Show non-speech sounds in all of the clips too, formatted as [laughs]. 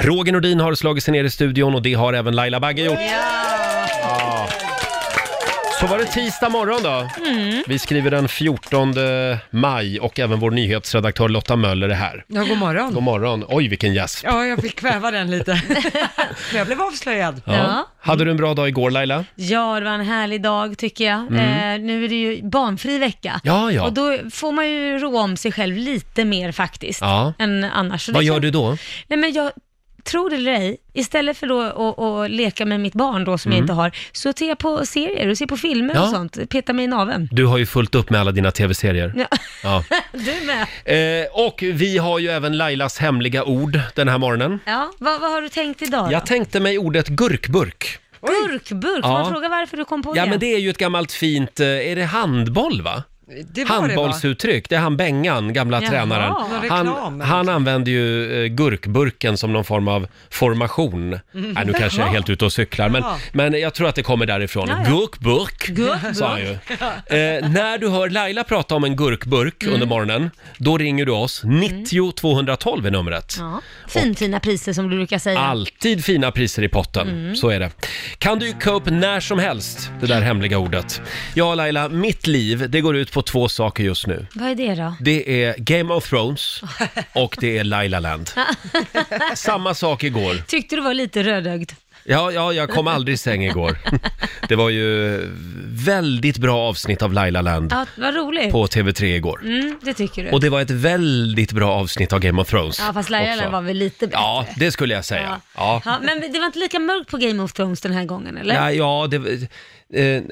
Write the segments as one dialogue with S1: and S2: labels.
S1: Roger Nordin har slagit sig ner i studion och det har även Laila Bagge gjort. Ja. Så var det tisdag morgon då. Vi skriver den 14 maj och även vår nyhetsredaktör Lotta Möller är här.
S2: Ja, god morgon.
S1: [laughs] God morgon. Oj, vilken gäsp.
S2: Ja, jag fick kväva den
S1: [laughs]
S2: lite. Men jag blev avslöjad.
S1: Ja.
S3: Ja.
S1: Hade du en bra dag igår Laila?
S3: Ja, det var en härlig dag tycker jag. Eh, nu är det ju barnfri vecka.
S1: Ja, Mm. ja.
S3: Och då får man ju rå om sig själv lite mer faktiskt.
S1: Ja.
S3: Än annars. Så
S1: Vad
S3: det
S1: gör
S3: kan-
S1: du då?
S3: Nej men jag, tror det eller ej, istället för då att, att leka med mitt barn då som jag inte har, så ser jag på serier och ser på filmer
S1: Mm. Ja.
S3: och sånt. Peta mig i naveln. [laughs]
S1: Du har ju fullt upp med alla dina tv-serier.
S3: Ja.
S1: Ja.
S3: Du med.
S1: Eh, och vi har ju även Lailas hemliga ord den här morgonen.
S3: Ja, vad, vad har du tänkt idag då?
S1: Jag tänkte mig ordet gurkburk.
S3: Gurkburk, får
S1: Ja.
S3: man fråga varför du kom på
S1: Ja
S3: det?
S1: men det är ju ett gammalt fint, eh, är det handboll va?
S2: Det var det va?
S1: Handbollsuttryck, det är han Bengan, gamla
S3: Jaha.
S1: tränaren.
S3: Det var
S1: Han,
S2: reklam.
S1: han använde ju eh, gurkburken som någon form av formation. Nej, nu kanske jag är helt ute och cyklar, men,
S2: Jaha.
S1: men jag tror att det kommer därifrån.
S3: Ja, ja.
S1: Gurkburk, sa han ju. Eh, när du hör Laila prata om en gurkburk under morgonen, då ringer du oss. 90 212 är numret.
S3: Ja. Finfina priser som du brukar säga.
S1: Alltid fina priser i potten, så är det. Kan du dyka upp när som helst, det där hemliga ordet. Ja, Laila, mitt liv, det går ut på två saker just nu.
S3: Vad är det då?
S1: Det är Game
S3: [laughs]
S1: of Thrones och det är Laila Land. Samma sak igår.
S3: Tyckte du var lite rödögd?
S1: Ja, ja, jag kom aldrig i
S3: [laughs]
S1: säng igår. Det var ju väldigt bra avsnitt av Laila Land
S3: Ja, vad roligt.
S1: på TV3 igår.
S3: Mm, det tycker du.
S1: Och det var ett väldigt bra avsnitt av Game of Thrones.
S3: ja, fast Laila
S1: också.
S3: var väl lite bättre.
S1: Ja, det skulle jag säga. Ja.
S3: Ja, men det var inte lika mörkt på Game of Thrones den här gången, eller?
S1: Ja, ja det... Eh,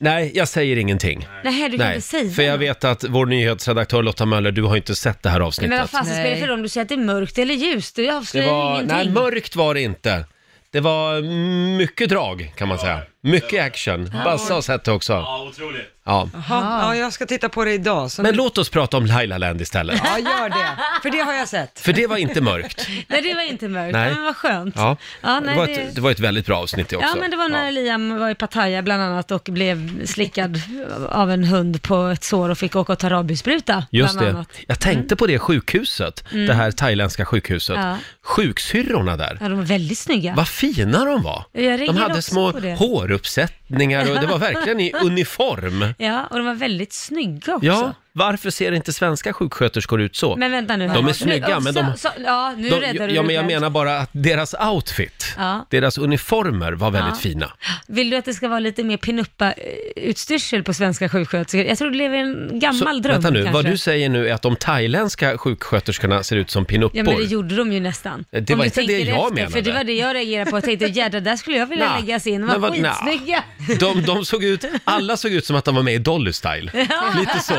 S1: nej, jag säger ingenting.
S3: Nej, du kan
S1: Nej,
S3: inte säga
S1: för jag
S3: något.
S1: vet att vår nyhetsredaktör Lotta Möller, du har inte sett det här avsnittet.
S3: Men vad fan spelar det för
S2: Nej.
S3: roll om du säger att det är mörkt eller ljust? Du
S1: Det
S3: avslöjar ju
S1: var,
S3: ingenting.
S1: nej, mörkt var det inte. Det var mm, mycket drag kan man säga. Mycket action. Basse har sett det också.
S4: Ja, otroligt.
S1: Ja.
S2: Jaha, ja, jag ska titta på det idag. Så
S1: Men låt oss prata om Laila Land istället.
S2: Ja, gör det. För det har jag sett.
S1: För det var
S3: [laughs]
S1: inte mörkt.
S3: Nej, det var inte mörkt.
S1: Nej.
S3: Men vad skönt.
S1: Ja.
S3: Ja,
S1: det,
S3: nej,
S1: var
S3: det-
S1: ett, det var ett väldigt bra avsnitt det också.
S3: Ja, men det var när Liam var i Pattaya bland annat och blev slickad av en hund på ett sår och fick åka och ta rabiesspruta.
S1: Just
S3: bland
S1: det.
S3: Annat. Mm.
S1: Jag tänkte på det sjukhuset, det här thailändska sjukhuset.
S3: Ja.
S1: Sjuksyrrorna där.
S3: Ja, de var väldigt snygga.
S1: Vad fina de var!
S3: Jag reagerar
S1: De hade
S3: också
S1: små
S3: på det.
S1: håruppsättningar och
S3: [laughs]
S1: det var verkligen i uniform.
S3: Ja, och de var väldigt snygga också.
S1: Ja, varför ser inte svenska sjuksköterskor ut så?
S3: Men vänta nu. här.
S1: De är
S3: Nu-
S1: snygga, men de-
S3: Så, så, ja, nu räddar du
S1: ja,
S3: dig
S1: men jag
S3: själv.
S1: menar bara att deras outfit,
S3: Ja.
S1: deras uniformer var väldigt
S3: Ja.
S1: fina.
S3: Vill du att det ska vara lite mer pinuppa-utstyrsel på svenska sjuksköterskor? Jag tror du lever i en
S1: Så,
S3: gammal dröm
S1: vänta nu,
S3: kanske.
S1: vad du säger nu är att de thailändska sjuksköterskorna ser ut som pinuppor.
S3: Ja men det gjorde de ju nästan.
S1: Det var
S3: du
S1: inte det
S3: tänker
S1: jag
S3: efter,
S1: menade.
S3: För det var det jag reagerade på. Jag tänkte jädrar, där skulle jag vilja
S1: Nah.
S3: läggas in.
S1: Men
S3: De var
S1: vad- nah.
S3: skitsnygga.
S1: de, de såg ut, alla såg ut som att de var med i Dolly Style.
S3: [laughs]
S1: Lite så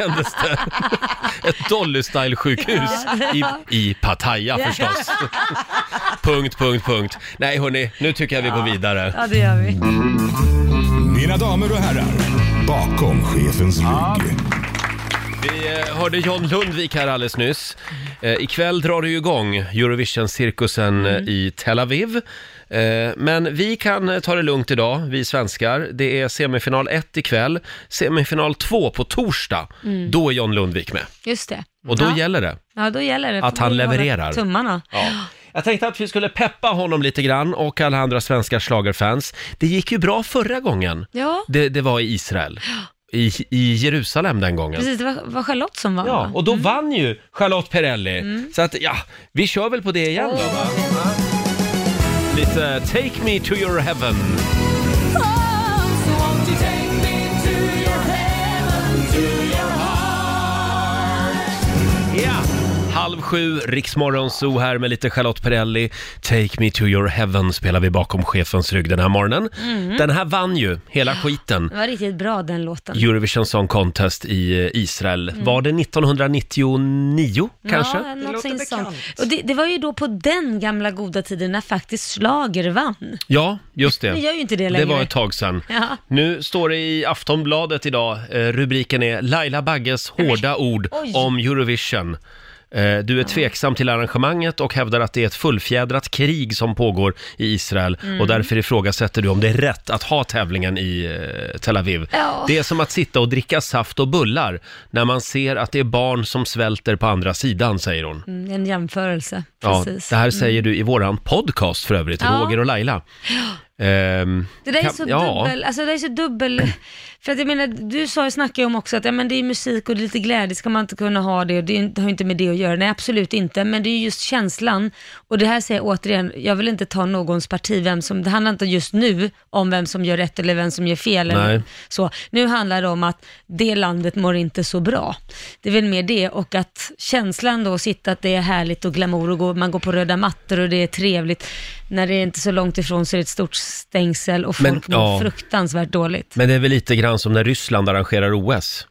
S1: kändes det. Ett Dolly Style sjukhus i, i Pattaya förstås. punkt, punkt, punkt. Nej hörni, nu tycker jag vi går vidare.
S3: Ja det gör vi.
S5: Mina damer och herrar, bakom chefens rygg.
S1: Vi eh, hörde John Lundvik här alldeles nyss. Eh, ikväll drar det ju igång Eurovision-cirkusen
S3: Mm.
S1: eh, i Tel Aviv. Eh, men vi kan eh, ta det lugnt idag, vi svenskar. Det är semifinal 1 ikväll, semifinal 2 på torsdag. Då är John Lundvik med.
S3: Just det.
S1: Och då
S3: Mm. ja.
S1: gäller det.
S3: ja då gäller det.
S1: att
S3: Får
S1: han
S3: man ju hålla
S1: levererar.
S3: Tummarna.
S1: Jag tänkte att vi skulle peppa honom lite grann och alla andra svenska schlagerfans. Det gick ju bra förra gången
S3: Ja,
S1: det, det var i Israel. I, I Jerusalem den gången.
S3: precis. Det var, var Charlotte som vann
S1: Ja,
S3: va?
S1: och då vann ju Charlotte Perrelli.
S3: Mm.
S1: Så att, ja, vi kör väl på det igen då, va? Lite Take Me To Your Heaven. Ja! Halv sju, Riksmorgon Zoo här med lite Charlotte Perrelli. Take Me To Your Heaven spelar vi bakom chefens rygg den här morgonen.
S3: Mm.
S1: Den här vann ju hela skiten.
S3: Det var riktigt bra den låten.
S1: Eurovision Song Contest i eh, Israel. Var det 1999 kanske?
S3: Mm. Ja,
S2: Det
S3: något
S2: låter
S3: sånt.
S2: bekant.
S3: Och det, det var ju då på den gamla goda tiden när faktiskt schlager vann.
S1: Ja, just det.
S3: Nu gör ju inte det
S1: Det
S3: längre.
S1: var ett tag sedan.
S3: Ja.
S1: Nu står det i Aftonbladet idag, eh, rubriken är Laila Bagges hårda ord
S3: oj.
S1: om Eurovision. Eh, Du är tveksam till arrangemanget och hävdar att det är ett fullfjädrat krig som pågår i Israel
S3: Mm.
S1: och därför ifrågasätter du om det är rätt att ha tävlingen i eh, Tel Aviv.
S3: Ja.
S1: Det är som att sitta och dricka saft och bullar när man ser att det är barn som svälter på andra sidan, säger hon.
S3: Mm, en jämförelse.
S1: Ja,
S3: Precis. Mm.
S1: det här säger du i våran podcast för övrigt,
S3: Ja.
S1: Roger och Laila. Ehm,
S3: Det där är
S1: kan-
S3: så
S1: ja.
S3: dubbel, alltså det där är så dubbel, för att jag menar, du sa ju, snackade ju om också att ja, men det är musik och det är lite glädje, ska man inte kunna ha det och det är- det har ju inte med det att göra, nej absolut inte, men det är just känslan och det här säger jag återigen, jag vill inte ta någons parti, vem som, det handlar inte just nu om vem som gör rätt eller vem som gör fel
S1: Nej.
S3: eller så, nu handlar det om att det landet mår inte så bra, det är väl mer det och att känslan då, att sitta att det är härligt och glamour och gå, man går på röda mattor och det är trevligt, när det är inte så långt ifrån så är det ett stort stängsel och
S1: Men,
S3: folk mår
S1: ja.
S3: fruktansvärt dåligt.
S1: Men det är väl lite grann som när Ryssland arrangerar OS.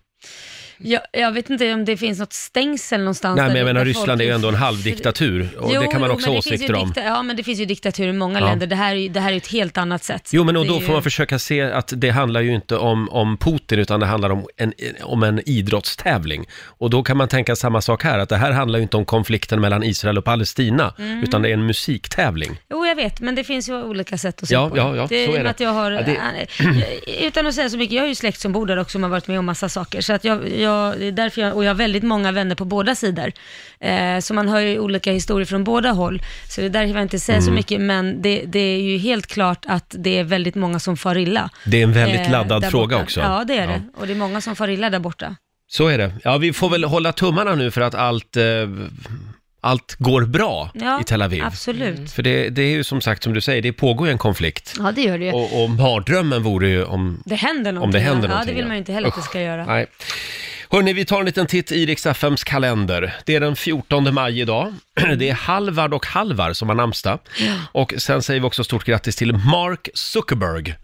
S3: Jag, jag vet inte om det finns något stängsel någonstans.
S1: Nej, men
S3: där-
S1: jag menar
S3: där folk-
S1: Ryssland är ju ändå en halvdiktatur och det kan man
S3: jo,
S1: också
S3: men
S1: ha
S3: det finns ju
S1: åsikter om.
S3: dikta- Ja, men det finns ju diktatur i många
S1: Ja.
S3: länder. Det här, är ju- det här är ju ett helt annat sätt.
S1: Jo, men och
S3: Det
S1: då
S3: är
S1: får man
S3: ju-
S1: försöka se att det handlar ju inte om, om Putin utan det handlar om en, om en idrottstävling. Och då kan man tänka samma sak här, att det här handlar ju inte om konflikten mellan Israel och Palestina,
S3: Mm.
S1: utan det är en musiktävling.
S3: Jo, jag vet, men det finns ju olika sätt att se
S1: Ja,
S3: på
S1: ja, ja,
S3: det.
S1: så är
S3: i och med
S1: det.
S3: Att jag har,
S1: Ja,
S3: Utan att säga så mycket, jag har ju släkt som bor där också, som har varit med om massa saker. Så att jag, jag, det är därför jag, och jag har väldigt många vänner på båda sidor. Eh, så man hör ju olika historier från båda håll. Så det är därför jag inte säger
S1: Mm.
S3: så mycket, men det, det är ju helt klart att det är väldigt många som far illa.
S1: Det är en väldigt
S3: eh,
S1: laddad
S3: där
S1: fråga
S3: borta.
S1: också.
S3: Ja, det är det. Och det är många som far illa där borta.
S1: Så är det. Ja, vi får väl hålla tummarna nu för att allt, eh, allt går bra
S3: Ja,
S1: i Tel Aviv.
S3: Absolut.
S1: För det, det är ju som sagt, som du säger, det pågår ju en konflikt.
S3: Mm. Ja, det gör det ju.
S1: Och, och mardrömmen vore ju om...
S3: Det händer någonting.
S1: Om det händer
S3: ja,
S1: någonting,
S3: det vill man
S1: ja.
S3: ju inte heller att det ska göra.
S1: Nej. Hörni, vi tar en liten titt i Rix FMs kalender. Det är den 14 maj idag. [clears throat] Det är Halvard och Halvar som har namnsdag. Och sen säger vi också stort grattis till Mark Zuckerberg.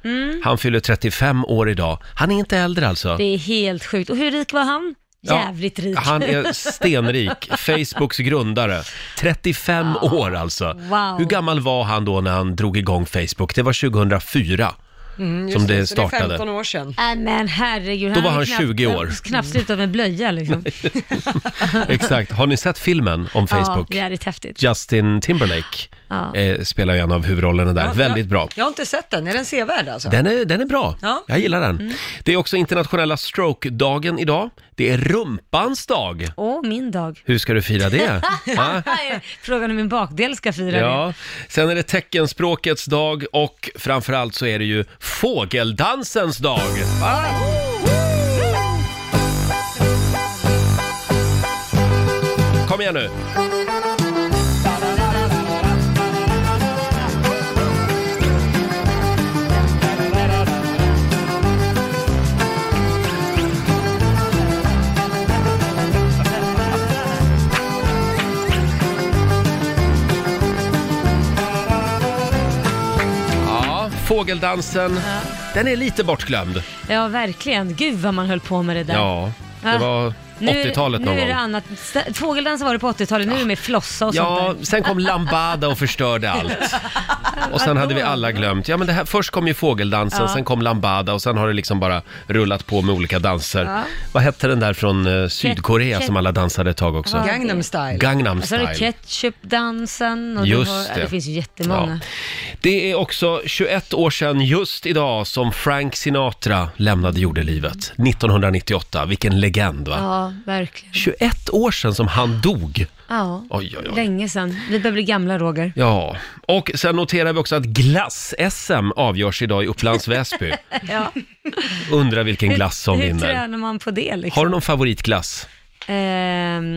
S1: Han fyller 35 år idag. Han är inte äldre alltså.
S3: Det är helt sjukt. Och hur rik var han?
S1: Ja,
S3: Jävligt rik. [laughs]
S1: Han är stenrik, Facebooks grundare. 35 år alltså.
S3: Wow.
S1: Hur gammal var han då när han drog igång Facebook? Det var 2004 som [laughs] det
S2: Så Mm, det är
S1: startade.
S2: 15 år sedan.
S3: Nej, Äh, men herregud.
S1: var
S3: är
S1: han
S3: knappt,
S1: 20 år.
S3: Knappt slutat med blöja liksom.
S1: Exakt. Har ni sett filmen om
S3: Ja,
S1: [laughs] Facebook?
S3: det är rätt häftigt.
S1: Justin Timberlake
S3: Ja.
S1: eh, spelar ju en av huvudrollerna där.
S2: Ja,
S1: Väldigt
S2: jag,
S1: bra.
S2: Jag har inte sett den. Är den sevärd alltså?
S1: Den är, den är bra.
S2: Ja. Mm.
S1: Jag gillar den. Det är också internationella stroke-dagen idag. Det är rumpans dag.
S3: Åh, min dag.
S1: Hur ska du
S3: [laughs]
S1: fira det? Va?
S3: Frågan om min bakdel ska fira det.
S1: Ja, sen är det teckenspråkets dag och framförallt så är det ju fågeldansens dag. Va? Kom igen nu! Ja, fågeldansen, den är lite bortglömd.
S3: Ja, verkligen. Gud vad man höll på med det där.
S1: Ja, det
S3: Va?
S1: var
S3: Nu är-
S1: 80-talet någon
S3: Nu är det
S1: gång.
S3: annat. St- Fågeldans var det på 80-talet, nu är det med flossa och
S1: Ja,
S3: sånt där.
S1: sen kom Lambada och
S3: [laughs]
S1: förstörde allt. Och sen hade vi alla glömt. Ja, men det här, först kom ju fågeldansen,
S3: Ja.
S1: sen kom Lambada och sen har det liksom bara rullat på med olika danser.
S3: Ja.
S1: Vad hette den där från eh, Sydkorea
S3: Ket-
S1: som alla dansade ett tag också?
S3: Ja. Alltså,
S2: Gangnam style.
S1: Gangnam
S3: Och så har du
S1: style.
S3: ketchupdansen och
S1: Just
S3: du har, ja,
S1: det.
S3: det finns ju
S1: Ja.
S3: jättemånga.
S1: Det är också 21 år sedan just idag som Frank Sinatra lämnade jordelivet. 1998, vilken legend va?
S3: Ja, verkligen.
S1: 21 år sedan som han dog.
S3: Ja,
S1: Oj, oj, oj.
S3: länge sedan. Vi börjar bli gamla, Roger.
S1: Ja, och sen noterar vi också att glass-SM avgörs idag i
S3: [laughs]
S1: Upplands Väsby.
S3: Ja.
S1: Undrar vilken glass som
S3: Hur
S1: vinner.
S3: tränar man på det liksom?
S1: Har du någon favoritglass?
S3: Ehm,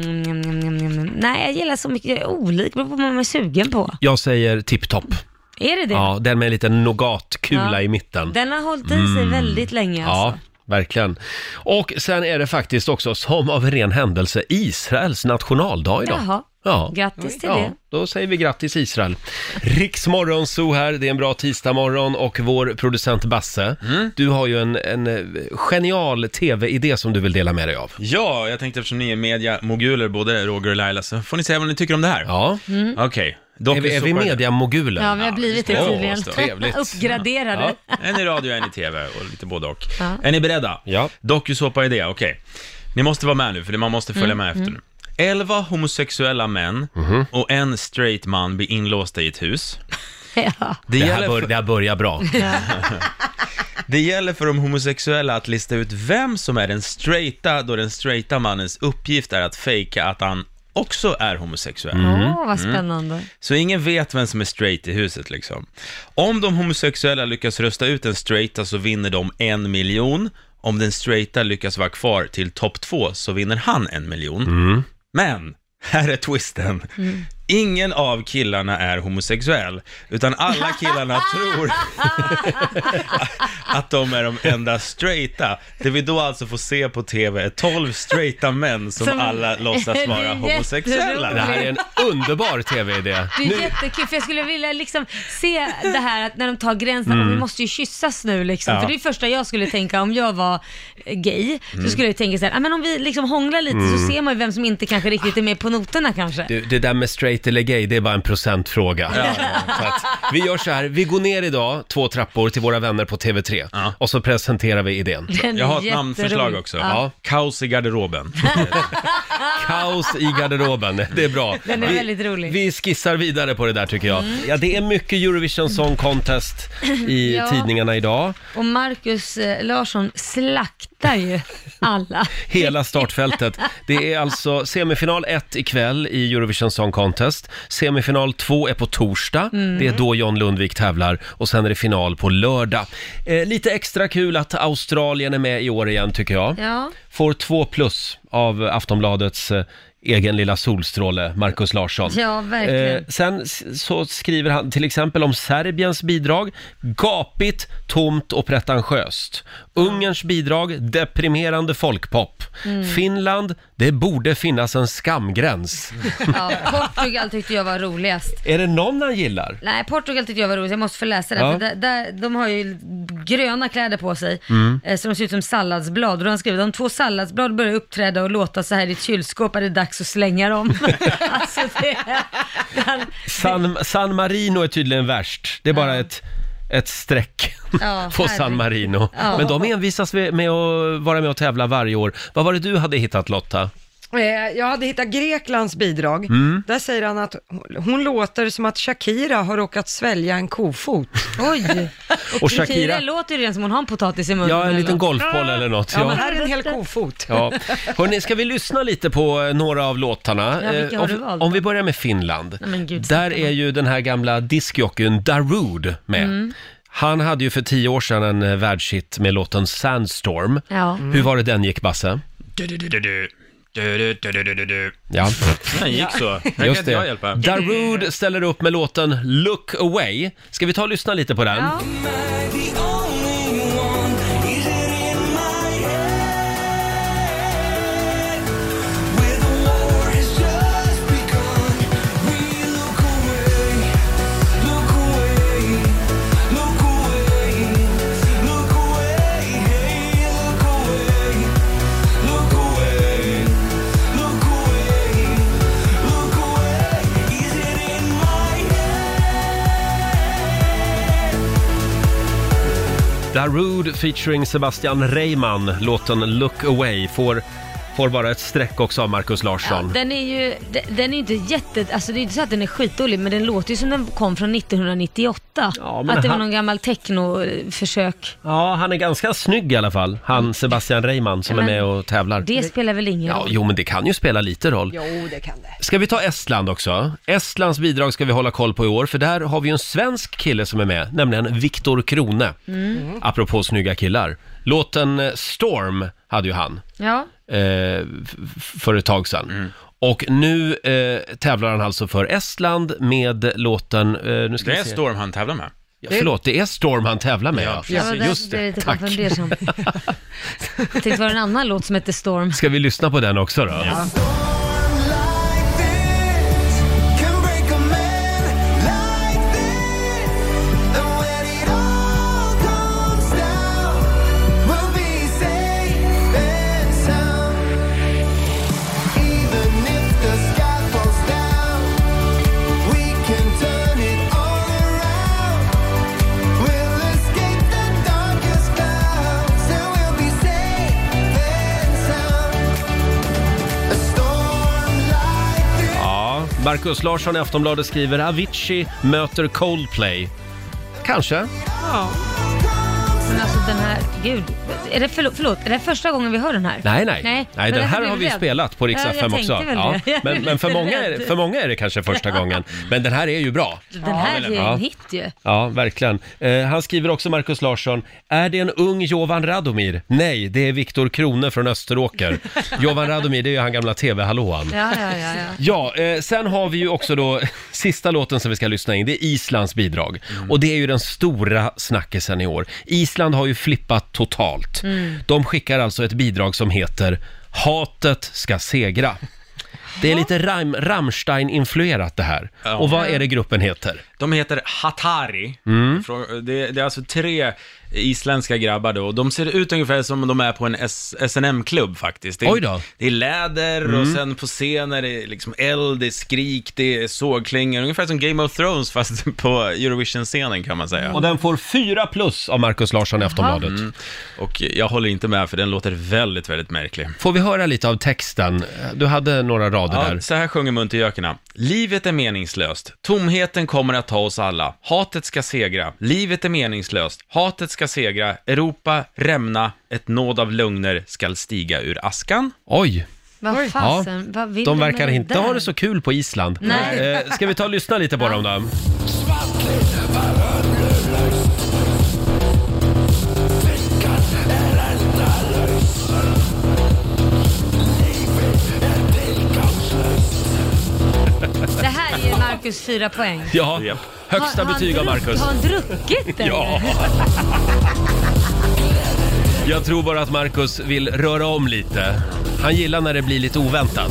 S3: mm, mm, mm, mm. nej, jag gillar så mycket. Jag är olik, beror på vad man är sugen på.
S1: Jag säger tipptopp.
S3: Är det det?
S1: Ja, den med en liten nougatkula
S3: Ja.
S1: i mitten.
S3: Den har hållit i sig väldigt länge
S1: Ja,
S3: alltså.
S1: verkligen. Och sen är det faktiskt också, som av en ren händelse, Israels nationaldag idag.
S3: Jaha.
S1: Ja.
S3: Grattis till
S1: Ja,
S3: det.
S1: då säger vi grattis Israel. Riksmorgon så här, det är en bra tisdagmorgon och vår producent Basse, du har ju en, en eh, genial tv-idé som du vill dela med dig av.
S4: Ja, jag tänkte eftersom ni är mediamoguler, både Roger och Laila, så får ni säga vad ni tycker om det här. Mm.
S1: Ja, Mm.
S4: Okej. Dock
S1: är vi, är vi
S4: såklart-
S1: mediamoguler?
S3: Ja, vi har blivit det
S4: Ja,
S3: tydligen.
S4: så
S3: [laughs]
S4: trevligt.
S3: Uppgraderade.
S4: Ja, en i radio, en i tv och lite både och.
S3: Ja.
S4: Är ni beredda?
S1: Ja.
S4: Dokusåpa-idé, okej. Ni måste vara med nu, för man måste följa med efter nu. Elva homosexuella män
S1: Mhm.
S4: och en straight man blir inlåsta i ett hus.
S3: Ja.
S1: Det, här
S4: gäller
S1: bör,
S4: för-
S1: det här börjar bra.
S4: Det gäller för de homosexuella att lista ut vem som är den straighta, då den straighta mannens uppgift är att fejka att han också är homosexuell.
S1: Mm.
S3: Åh, vad spännande.
S4: Så ingen vet vem som är straight i huset liksom. Om de homosexuella lyckas rösta ut den straighta så vinner de en miljon. Om den straighta lyckas vara kvar till topp två så vinner han en miljon. Men, här är twisten. Ingen av killarna är homosexuell, utan alla killarna tror att de är de enda straighta. Det vi då alltså får se på TV är 12 straighta män som,
S3: Som-
S4: alla låtsas
S3: Det
S4: vara
S3: är
S4: homosexuella.
S1: [laughs] Det här är en underbar tv-idé.
S3: Det är jättekul, för jag skulle vilja liksom se det här att när de tar gränsen, mm. vi måste ju kyssas nu liksom.
S4: Ja.
S3: För det är det första jag skulle tänka om jag var eh, gay. Så skulle jag tänka så här, "Ah, men om vi liksom hånglar lite så ser man ju vem som inte kanske riktigt är med på noterna kanske.
S1: Du, det där med straight eller gay, det är bara en procentfråga. Så att, vi gör så här, vi går ner idag två trappor till våra vänner på TV3
S4: Ja.
S1: och så presenterar vi idén.
S3: Den
S4: Jag
S3: är
S4: har ett
S3: jätterolig.
S4: namnförslag också.
S3: Mm, Ja.
S4: Kaos i garderoben. [laughs]
S1: Kaos i garderoben, det är bra.
S3: Den är
S1: vi,
S3: väldigt rolig. Mm.
S1: Vi skissar vidare på det där tycker jag. Ja, det är mycket Eurovision Song Contest
S3: [clears throat]
S1: i
S3: Ja.
S1: tidningarna idag.
S3: Och Marcus eh, Larsson slaktar ju alla. [laughs]
S1: Hela startfältet. Det är alltså semifinal 1 ikväll i Eurovision Song Contest. Semifinal 2 är på torsdag.
S3: Mm.
S1: Det är då John Lundvik tävlar och sen är det final på lördag. Eh, lite extra kul att Australien är med i år igen tycker jag.
S3: Ja.
S1: Får två plus av Aftonbladets eh, egen lilla solstråle, Markus Larsson.
S3: Ja, verkligen.
S1: Eh, sen s- så skriver han till exempel om Serbiens bidrag, gapigt, tomt och pretentiöst. Ungerns bidrag, deprimerande folkpop.
S3: Mm.
S1: Finland, det borde finnas en skamgräns.
S3: ja, Portugal tyckte jag var roligast.
S1: Är det någon han gillar?
S3: Nej, Portugal tyckte jag var roligt. Jag måste få läsa det.
S1: Ja.
S3: För där, där, de har ju gröna kläder på sig, eh, så de ser ut som salladsblad. Och då har han skrivit, om två salladsblad börjar uppträda och låta så här i ett kylskåp är det dags att slänga dem. alltså det, han,
S1: San, San Marino är tydligen värst. Det är bara ett, ett streck
S3: Ja,
S1: [laughs] på San
S3: herregud.
S1: Marino.
S3: Ja.
S1: Men de envisas med med att vara med och tävla varje år. Vad var det du hade hittat Lotta?
S2: Eh, Jag hade hittat Greklands bidrag.
S1: Mm.
S2: Där säger han att hon låter som att Shakira har råkat svälja en
S1: [laughs]
S2: kofot.
S3: oj.
S1: Och
S3: Shakira
S1: Shakira?
S3: låter ju redan som hon har en potatis i munnen.
S1: Ja, en
S3: eller
S1: liten
S3: något.
S1: golfboll eller något.
S2: Ja, men
S1: Ja.
S2: här är en hel kofot.
S1: Ja. Hörrni, ska vi lyssna lite på eh, några av låtarna?
S3: Ja, vilka
S1: Eh,
S3: har
S1: om,
S3: du valt?
S1: om vi börjar med Finland.
S3: Nej, men gud,
S1: Där är ju den här gamla diskjockeyn Darude med.
S3: Mm.
S1: Han hade ju för tio år sedan en eh, världshit med låten Sandstorm.
S3: Ja.
S1: Hur var det den gick, Basse?
S4: Du-du-du-du-du. Du-du-du-du-du-du.
S1: Ja.
S4: Den gick så. Här kan
S1: Just
S4: inte jag
S1: det.
S4: hjälpa.
S1: Darude ställer upp med låten Look Away. Ska vi ta och lyssna lite på den?
S3: Ja.
S1: Darude featuring Sebastian Reimann, låten Look Away, får, får bara ett streck också av Markus
S3: Ja,
S1: Larsson.
S3: den är ju den, den är inte jätte, alltså det är inte så att den är skitdålig men den låter ju som den kom från 1998.
S1: Ja, men
S3: att det var
S1: han-
S3: någon gammal technoförsök.
S1: Ja, han är ganska snygg i alla fall, han Sebastian Reimann som
S3: Ja,
S1: är
S3: men
S1: med och tävlar.
S3: Det spelar väl ingen
S1: Ja,
S3: roll?
S1: jo, men det kan ju spela lite roll.
S2: Jo, det kan det.
S1: Ska vi ta Estland också? Estlands bidrag ska vi hålla koll på i år, för där har vi ju en svensk kille som är med, nämligen Viktor Krone. Apropå snygga killar. Låten eh, Storm hade ju han.
S3: Ja.
S1: eh, f- f- för ett tag sedan.
S4: Mm.
S1: Och nu eh, tävlar han alltså för Estland med låten... Eh, nu ska
S4: Det
S1: vi
S4: är
S1: se.
S4: Storm han tävlar med.
S1: Ja, förlåt, det är Storm han tävlar med. Ja.
S4: Ja.
S3: Ja,
S4: Precis.
S3: där
S1: Just
S3: blev jag
S1: det,
S3: lite
S1: tack. [laughs]
S3: konfundersam. Jag tänkte det var en annan låt som hette Storm.
S1: Ska vi lyssna på den också då?
S6: A storm
S1: Markus Larsson i Aftonbladet skriver Avicii möter Coldplay. Kanske.
S2: Ja.
S3: Men alltså den här, gud. Är det, förlåt, förlåt, är det första gången vi hör den här?
S1: Nej, nej. Nej,
S3: Nej, men
S1: den
S3: därför
S1: här
S3: blev
S1: har vi
S3: jag rädd.
S1: spelat på Rix
S3: Ja, jag
S1: FM
S3: tänkte
S1: också.
S3: väl det. Jag
S1: Men,
S3: blev [laughs]
S1: men för,
S3: lite
S1: många är,
S3: rädd.
S1: för många är det kanske första gången. Men den här är ju bra.
S3: Den här är ju
S1: Ja.
S3: en hit ju.
S1: Ja, verkligen. Eh, han skriver också, Markus Larsson, är det en ung Jovan Radomir? Nej, det är Viktor Krone
S3: [laughs]
S1: från Österåker. Jovan Radomir, det är ju han gamla TV-hallåan.
S3: Ja, ja, ja, ja.
S1: Ja, eh, sen har vi ju också då [laughs] sista låten som vi ska lyssna in, det är Islands bidrag. Och det är ju den stora snackisen i år. Island har ju flippat totalt. De skickar alltså ett bidrag som heter Hatet ska segra. Det är lite Ram- Rammstein-influerat det här.
S4: Ja.
S1: Och vad är det gruppen heter?
S4: De heter Hatari.
S1: Mm.
S4: Från- Det, det är alltså tre isländska grabbar då. De ser ut ungefär som om de är på en S- snm klubb faktiskt. Det är,
S1: Oj då. Mm.
S4: Det är läder och sen på scen är det liksom eld, det är skrik, det är sågklingor. Ungefär som Game of Thrones fast [laughs] på Eurovision-scenen kan man säga.
S1: Och den får fyra plus av Markus Larsson i Aftonbladet.
S4: Och jag håller inte med för den låter väldigt, väldigt märklig.
S1: Får vi höra lite av texten? Du hade några rader där.
S4: Ja, så här sjunger Muntergökarna. Livet är meningslöst. Tomheten kommer att ta oss alla. Hatet ska segra. Livet är meningslöst. Hatet ska segra. Europa rämna. Ett nåd av lögner skall stiga ur askan.
S1: Oj,
S3: Vad fasen, vad vill
S1: de
S3: med
S1: verkar
S3: den
S1: inte
S3: där?
S1: ha det så kul på Island.
S3: Nej.
S1: Eh, ska vi ta och lyssna lite på dem då?
S3: Det här är ju Marcus fyra poäng.
S1: Ja,
S4: Japp.
S1: högsta
S3: Har- har
S1: betyg av
S3: han druck-
S1: Marcus.
S3: Har han druckit den?
S1: Ja. Jag tror bara att Marcus vill röra om lite. Han gillar när det blir lite oväntat.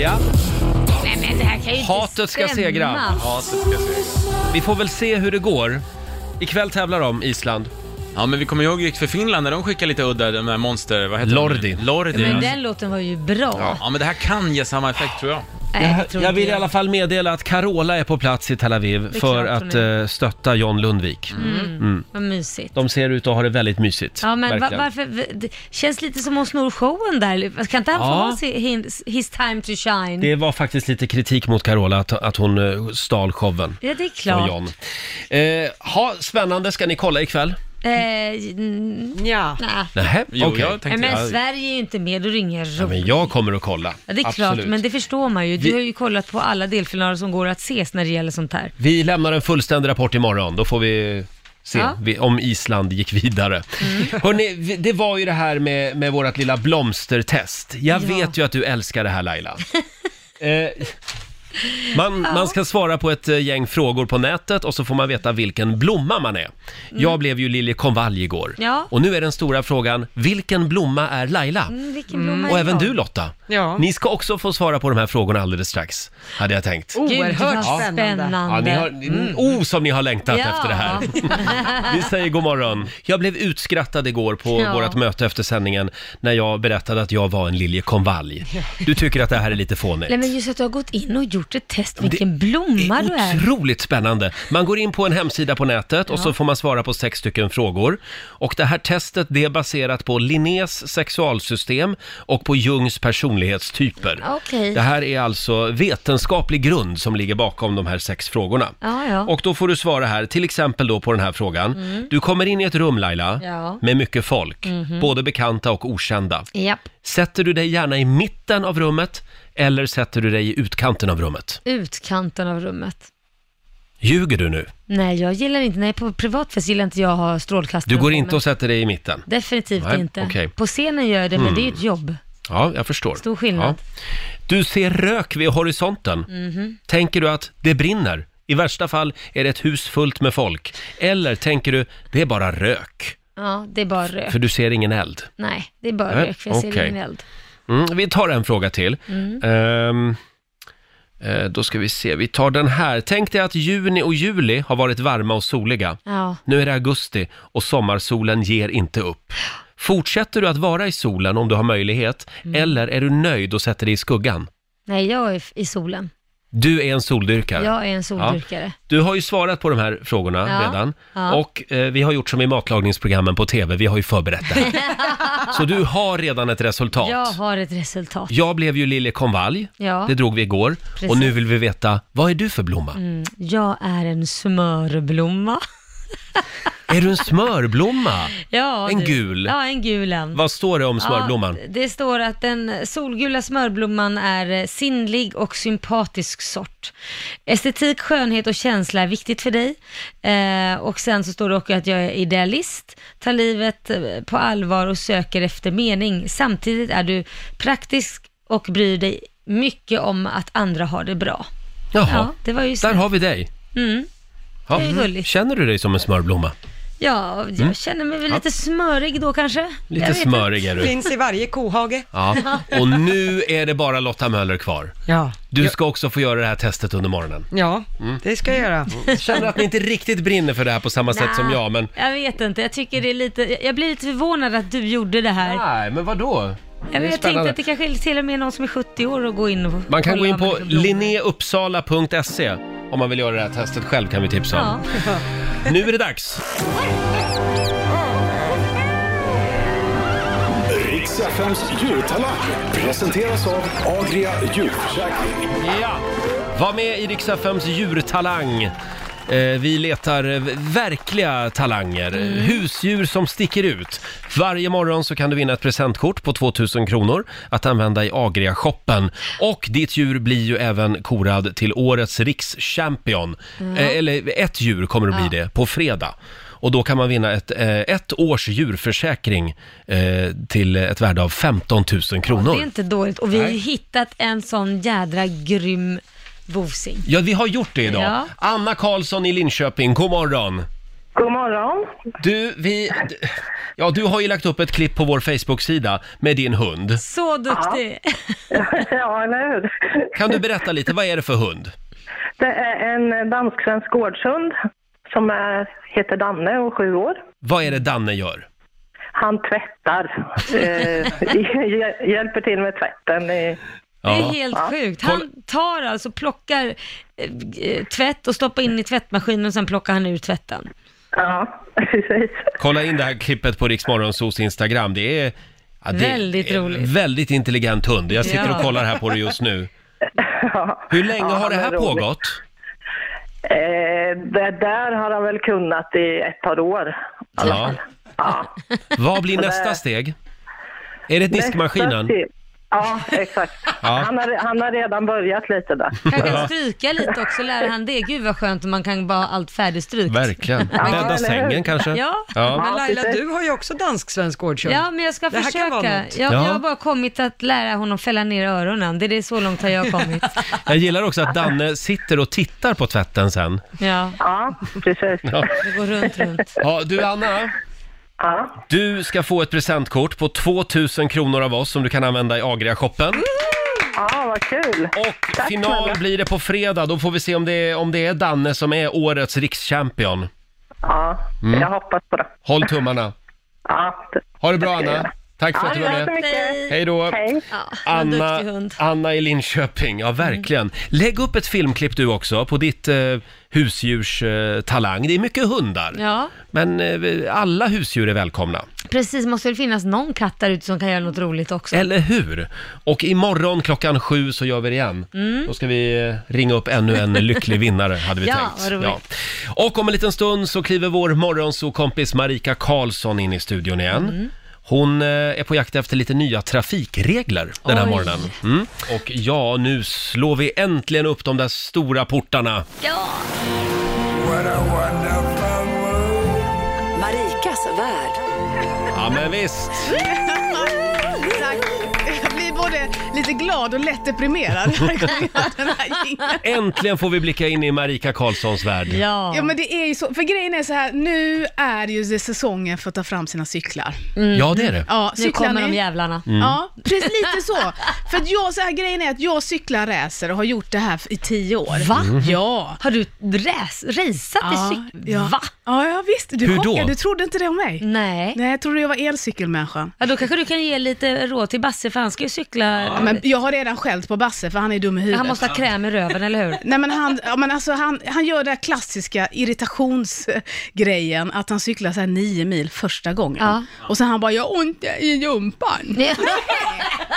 S1: Ja,
S3: Nej men det här kan ju inte
S1: Hatet ska
S3: stämma.
S1: segra.
S4: Hatet ska segra.
S1: vi får väl se hur det går. Ikväll tävlar de, Island.
S4: Ja, men vi kommer ihåg hur det gick för Finland när de skickade lite udda, de där monster... Vad heter
S1: Lordi.
S4: De? Lordi.
S3: Men den låten var ju bra.
S4: Ja, men det här kan ge samma effekt tror jag.
S3: Nej, det
S1: Jag,
S3: tror
S1: jag
S3: inte
S1: vill i alla fall meddela att Carola är på plats i Tel Aviv
S3: Det är
S1: för
S3: klart hon
S1: att eh, stötta John Lundvik.
S3: Vad mysigt.
S1: De ser ut att ha det väldigt mysigt.
S3: Ja, men va,
S1: verkligen.
S3: varför, v- det känns lite som hon snor showen där. Kan inte han få
S1: Ja.
S3: ha si- his, his time to shine?
S1: Det var faktiskt lite kritik mot Carola att, att hon eh, stal showen.
S3: ja, det är
S1: från
S3: klart.
S1: John. Eh, ha, spännande, ska ni kolla ikväll?
S3: Eh, mm,
S2: Ja.
S3: nej.
S1: Nähä,
S4: Jo,
S1: okej.
S4: jag
S3: Nej,
S4: tänkte...
S3: men
S4: Ja,
S3: Sverige är ju inte med, då ringer jag
S1: Ja,
S3: Robert.
S1: men jag kommer att kolla.
S3: Ja, det är klart,
S1: Absolut.
S3: men det förstår man ju. Du
S1: Vi-
S3: har ju kollat på alla delfinaler som går att ses när det gäller sånt här.
S1: Vi lämnar en fullständig rapport imorgon, då får vi se
S3: Ja. Mm.
S1: vi- om Island gick vidare. Hörrni, vi- det var ju det här med, med vårt lilla blomstertest. Jag
S3: Ja.
S1: vet ju att du älskar det
S3: [laughs]
S1: här Laila. eh, man, man ska svara på ett eh, gäng frågor på nätet och så får man veta vilken blomma man är. Jag blev ju liljekonvalj igår.
S3: Mm. Ja.
S1: Och nu är den stora frågan, vilken blomma är Laila?
S3: Mm, vilken blomma
S1: Och
S3: är
S1: även
S3: jag?
S1: du Lotta.
S2: Ja.
S1: Ni ska också få svara på de här frågorna alldeles strax, hade jag tänkt.
S3: Gud, vad
S2: Oerhört
S3: spännande.
S2: spännande.
S1: Ja, ni har, Oh, som ni har längtat
S3: eh, mm. Ja.
S1: efter det
S3: [laughs]
S1: här. Vi säger god morgon. Jag blev utskrattad igår på
S3: Ja.
S1: vårt möte efter sändningen när jag berättade att jag var en liljekonvalj. Du tycker att det här är lite fånigt.
S3: Nej men just att du har gått in och gjort ett test vilken blomma du är.
S1: Otroligt spännande. Man går in på en hemsida på nätet och så får man svara på sex stycken frågor. Och det här testet det är baserat på Linnés sexualsystem och på Jungs personlighetstyper.
S3: Okej.
S1: Det här är alltså vetenskaplig grund som ligger bakom de här sex frågorna.
S3: Ja, ja.
S1: Och då får du svara här, till exempel då på den här frågan. Du kommer in i ett rum Laila,
S3: Ja. Mhm.
S1: med mycket folk, både bekanta och okända.
S3: Japp,
S1: Sätter du dig gärna i mitten av rummet eller sätter du dig i utkanten av rummet?
S3: utkanten av rummet.
S1: Ljuger du nu?
S3: Nej, jag gillar inte, nej på privatfest gillar inte jag att ha strålkastare
S1: Du går
S3: på
S1: inte
S3: mig.
S1: och sätter dig i mitten?
S3: Definitivt
S1: Nej,
S3: inte.
S1: okej. Mm.
S3: På scenen gör jag det, men det är ju ett jobb.
S1: Ja, jag förstår.
S3: Stor skillnad.
S1: Ja. Du ser rök vid horisonten.
S3: Mhm.
S1: Tänker du att det brinner? I värsta fall är det ett hus fullt med folk. Eller tänker du, det är bara rök,
S3: Ja, det är bara rök.
S1: för du ser ingen eld.
S3: Nej, det är bara
S1: Nej,
S3: rök, för jag ser
S1: okej.
S3: ingen eld.
S1: Mm, vi tar en fråga till.
S3: Mm.
S1: Ehm, eh, då ska vi se, vi tar den här. Tänk dig att juni och juli har varit varma och soliga.
S3: Ja.
S1: Nu är det augusti och sommarsolen ger inte upp. Fortsätter du att vara i
S3: Mm.
S1: solen om du har möjlighet, eller är du nöjd och sätter dig i skuggan?
S3: Nej, jag är f- i solen.
S1: Du är en soldyrkare.
S3: Jag är en soldyrkare.
S1: Du har ju svarat på de här frågorna
S3: Ja,
S1: redan.
S3: ja.
S1: Och eh, vi har gjort som i matlagningsprogrammen på TV, vi har ju förberett det här.
S3: [laughs]
S1: Så du har redan ett resultat.
S3: Jag har ett resultat.
S1: Jag blev ju liljekonvalj,
S3: Ja.
S1: det drog vi igår.
S3: Precis.
S1: Och nu vill vi veta, vad är du för blomma?
S3: Mm, jag är en smörblomma. [laughs]
S1: Är du en smörblomma?
S3: Ja,
S1: En
S3: du.
S1: gul.
S3: Ja, en gul en.
S1: Vad står det om smörblomman?
S3: Ja, det står att den solgula smörblomman är eh, sinnlig och sympatisk sort. Estetik, skönhet och känsla är viktigt för dig. Eh, och sen så står det också att jag är idealist, tar livet eh, på allvar och söker efter mening. Samtidigt är du praktisk och bryr dig mycket om att andra har det bra.
S1: Jaha,
S3: Ja, det var ju
S1: där
S3: snällt.
S1: har vi dig.
S3: Mm.
S1: Ja.
S3: Det
S1: Mm.
S3: är ju gulligt.
S1: Känner du dig som en smörblomma?
S3: Ja, jag känner mig väl lite smörig då kanske. Jag
S1: Mm. Lite
S3: vet
S1: smörig
S3: [laughs]
S1: är du.
S2: Finns i varje kohage.
S1: Ja. Och nu är det bara Lotta Möller kvar.
S2: Ja.
S1: Du ska också få göra det här testet
S3: [laughs]
S1: under morgonen.
S2: Ja,
S1: Mm.
S2: det ska jag göra.
S1: Känner att ni inte riktigt brinner för det här på samma sätt som
S3: Nej,
S1: jag, men...
S3: Jag vet inte, jag tycker det är lite, jag blir lite förvånad att du gjorde det här.
S1: Nej, men vadå?
S3: jag
S1: det
S3: jag
S1: är
S3: tänkte
S1: spännande.
S3: att det kanske är till och med någon som är 70 år och gå in och
S1: Man kan
S3: kolla
S1: gå in
S3: om
S1: på
S3: det kan blomma.
S1: linneuppsala.se om man vill göra det här testet själv kan vi tipsa om.
S3: Ja.
S1: Nu är det dags!
S5: Riks FMs djurtalang presenteras av Agria djurförsäkring.
S1: Ja! Var med i Rix FMs djurtalang. Eh, vi letar eh, verkliga talanger,
S3: Mm.
S1: husdjur som sticker ut. Varje morgon så kan du vinna ett presentkort på 2000 kronor att använda i Agria-shoppen. Och ditt djur blir ju även korad till årets rikschampion.
S3: Mm.
S1: Eh, eller ett djur kommer att bli det på fredag. Och då kan man vinna ett, eh, ett års djurförsäkring eh, till ett värde av 15 000
S3: Det
S1: kronor.
S3: är inte dåligt och vi har ju
S1: Nej.
S3: hittat en sån jädra grym bovsing.
S1: Ja, vi har gjort det idag.
S3: Ja.
S1: Anna Karlsson i Linköping, god morgon.
S6: God morgon.
S1: Du, vi... d- Ja, du har ju lagt upp ett klipp på vår Facebook-sida med din hund.
S3: Så duktig!
S6: ja, eller hur?
S1: Kan du berätta lite, vad är det för hund?
S6: Det är en dansk-svensk gårdshund som är, heter Danne och sju år.
S1: Vad är det Danne gör?
S6: Han tvättar. [laughs] eh, hj- hjälper till med tvätten. i-
S3: [laughs] Det är
S1: Ja.
S3: helt sjukt. Han tar alltså, plockar eh, eh, tvätt och stoppar in i tvättmaskinen och sen plockar han ur tvätten.
S6: Ja, [laughs] precis.
S1: Kolla in det här klippet på Riksmorgonsos Instagram. Det är... ja, det
S3: Väldigt
S1: är en
S3: roligt.
S1: Väldigt intelligent hund. Jag sitter
S3: Ja.
S1: och kollar här på det just
S6: [laughs]
S1: nu.
S6: Ja.
S1: Hur länge
S6: Ja,
S1: har det
S6: han
S1: här
S6: är rolig.
S1: pågått?
S6: Eh, det där har han väl kunnat i ett par år.
S1: Ja. Vad blir nästa steg? Är det diskmaskinen?
S6: eh, Nästa steg- [laughs] Ja, exakt. Han, har, han har redan börjat lite där.
S3: Kanske stryka lite också, lär han det. Gud vad skönt om man kan bara ha allt färdigstrykt.
S1: Verkligen. Bädda
S6: eller
S1: sängen
S6: hur?
S1: kanske?
S3: Ja.
S1: ja.
S2: Men Laila,
S6: precis.
S2: du har ju också dansk-svensk gårdshund.
S3: Ja, men jag ska
S2: Det här kan vara
S3: försöka.
S2: något.
S3: Jag,
S1: Ja.
S3: jag har bara kommit att lära honom fälla ner öronen. Det är det så långt har jag
S1: [laughs]
S3: kommit.
S1: Jag gillar också att Danne sitter och tittar på tvätten sen.
S3: Ja,
S6: Ja, precis.
S3: det går runt, runt.
S1: Ja, du Anna,
S6: Ja.
S1: du ska få ett presentkort på 2000 kronor av oss som du kan använda i Agria-shoppen.
S6: ja, vad kul.
S1: Och
S6: Mm. Tack,
S1: final
S6: snälla.
S1: blir det på fredag, då får vi se om det är, om det är Danne som är årets rikschampion.
S6: Ja, jag hoppas på det.
S1: Håll tummarna.
S6: Ja, det-
S1: Ha det bra Anna. Tack för att du var med. Hej då.
S6: Hej.
S3: Ja, han är en duktig
S1: Anna,
S3: hund.
S1: Anna i Linköping, ja verkligen. Lägg upp ett filmklipp du också på ditt eh, husdjurs eh, talang. Det är mycket hundar.
S3: Ja,
S1: Men eh, alla husdjur är välkomna.
S3: precis. Måste väl finnas någon katt där ute som kan göra något roligt också.
S1: Eller hur? Och imorgon klockan sju så gör vi det igen. Då ska vi eh, ringa upp ännu en lycklig vinnare, hade vi
S3: Mm. [laughs] Ja, vad
S1: tänkt.
S3: roligt.
S1: Och om en liten stund så kliver vår morgonsokompis Marika Karlsson in i studion igen.
S3: Mm.
S1: Hon eh, är på jakt efter lite nya trafikregler den här
S3: Oj.
S1: morgonen. Mm. Och ja, nu slår vi äntligen upp de där stora portarna.
S3: Ja,
S7: Marikas värld.
S1: Ja, men visst.
S8: Tack. Jag blir både lite glad och lätt deprimerad varje gång jag hör den här jingeln.
S1: Äntligen får vi blicka in i Marika Karlssons värld.
S3: ja.
S8: Ja men det är ju så, för grejen är så här, nu är ju det säsongen för att ta fram sina cyklar.
S3: Mm.
S1: Ja, det är det.
S8: Ja,
S3: Nu
S8: cyklar
S3: kommer
S8: ni?
S3: de Mm. jävlarna.
S8: Ja, precis lite så. För att jag, så här, grejen är att jag cyklar racer och har gjort det här i tio år. Mm-hmm.
S3: Va?
S8: Ja.
S3: Har du räs, raceat i
S8: Ja,
S3: cykel?
S8: ja.
S3: Va?
S8: Ja, ja visst. Du
S1: Hur då?
S8: chockade, du trodde inte det om mig.
S3: Nej.
S8: Nej, jag trodde jag var elcykelmänniska.
S3: Ja, då kanske du kan ge lite råd till Basse, för han ska ju jäkla...
S8: Ja, men jag har redan skällt på Basse för han är dum i huvudet.
S3: Han måste ha kräm i röven, eller hur?
S8: Nej men han, ja, men alltså, han, han gör den här klassiska irritationsgrejen, att han cyklar så här nio mil första gången.
S3: Ja.
S8: Och sen han bara, jag har ont i jumpan. Nej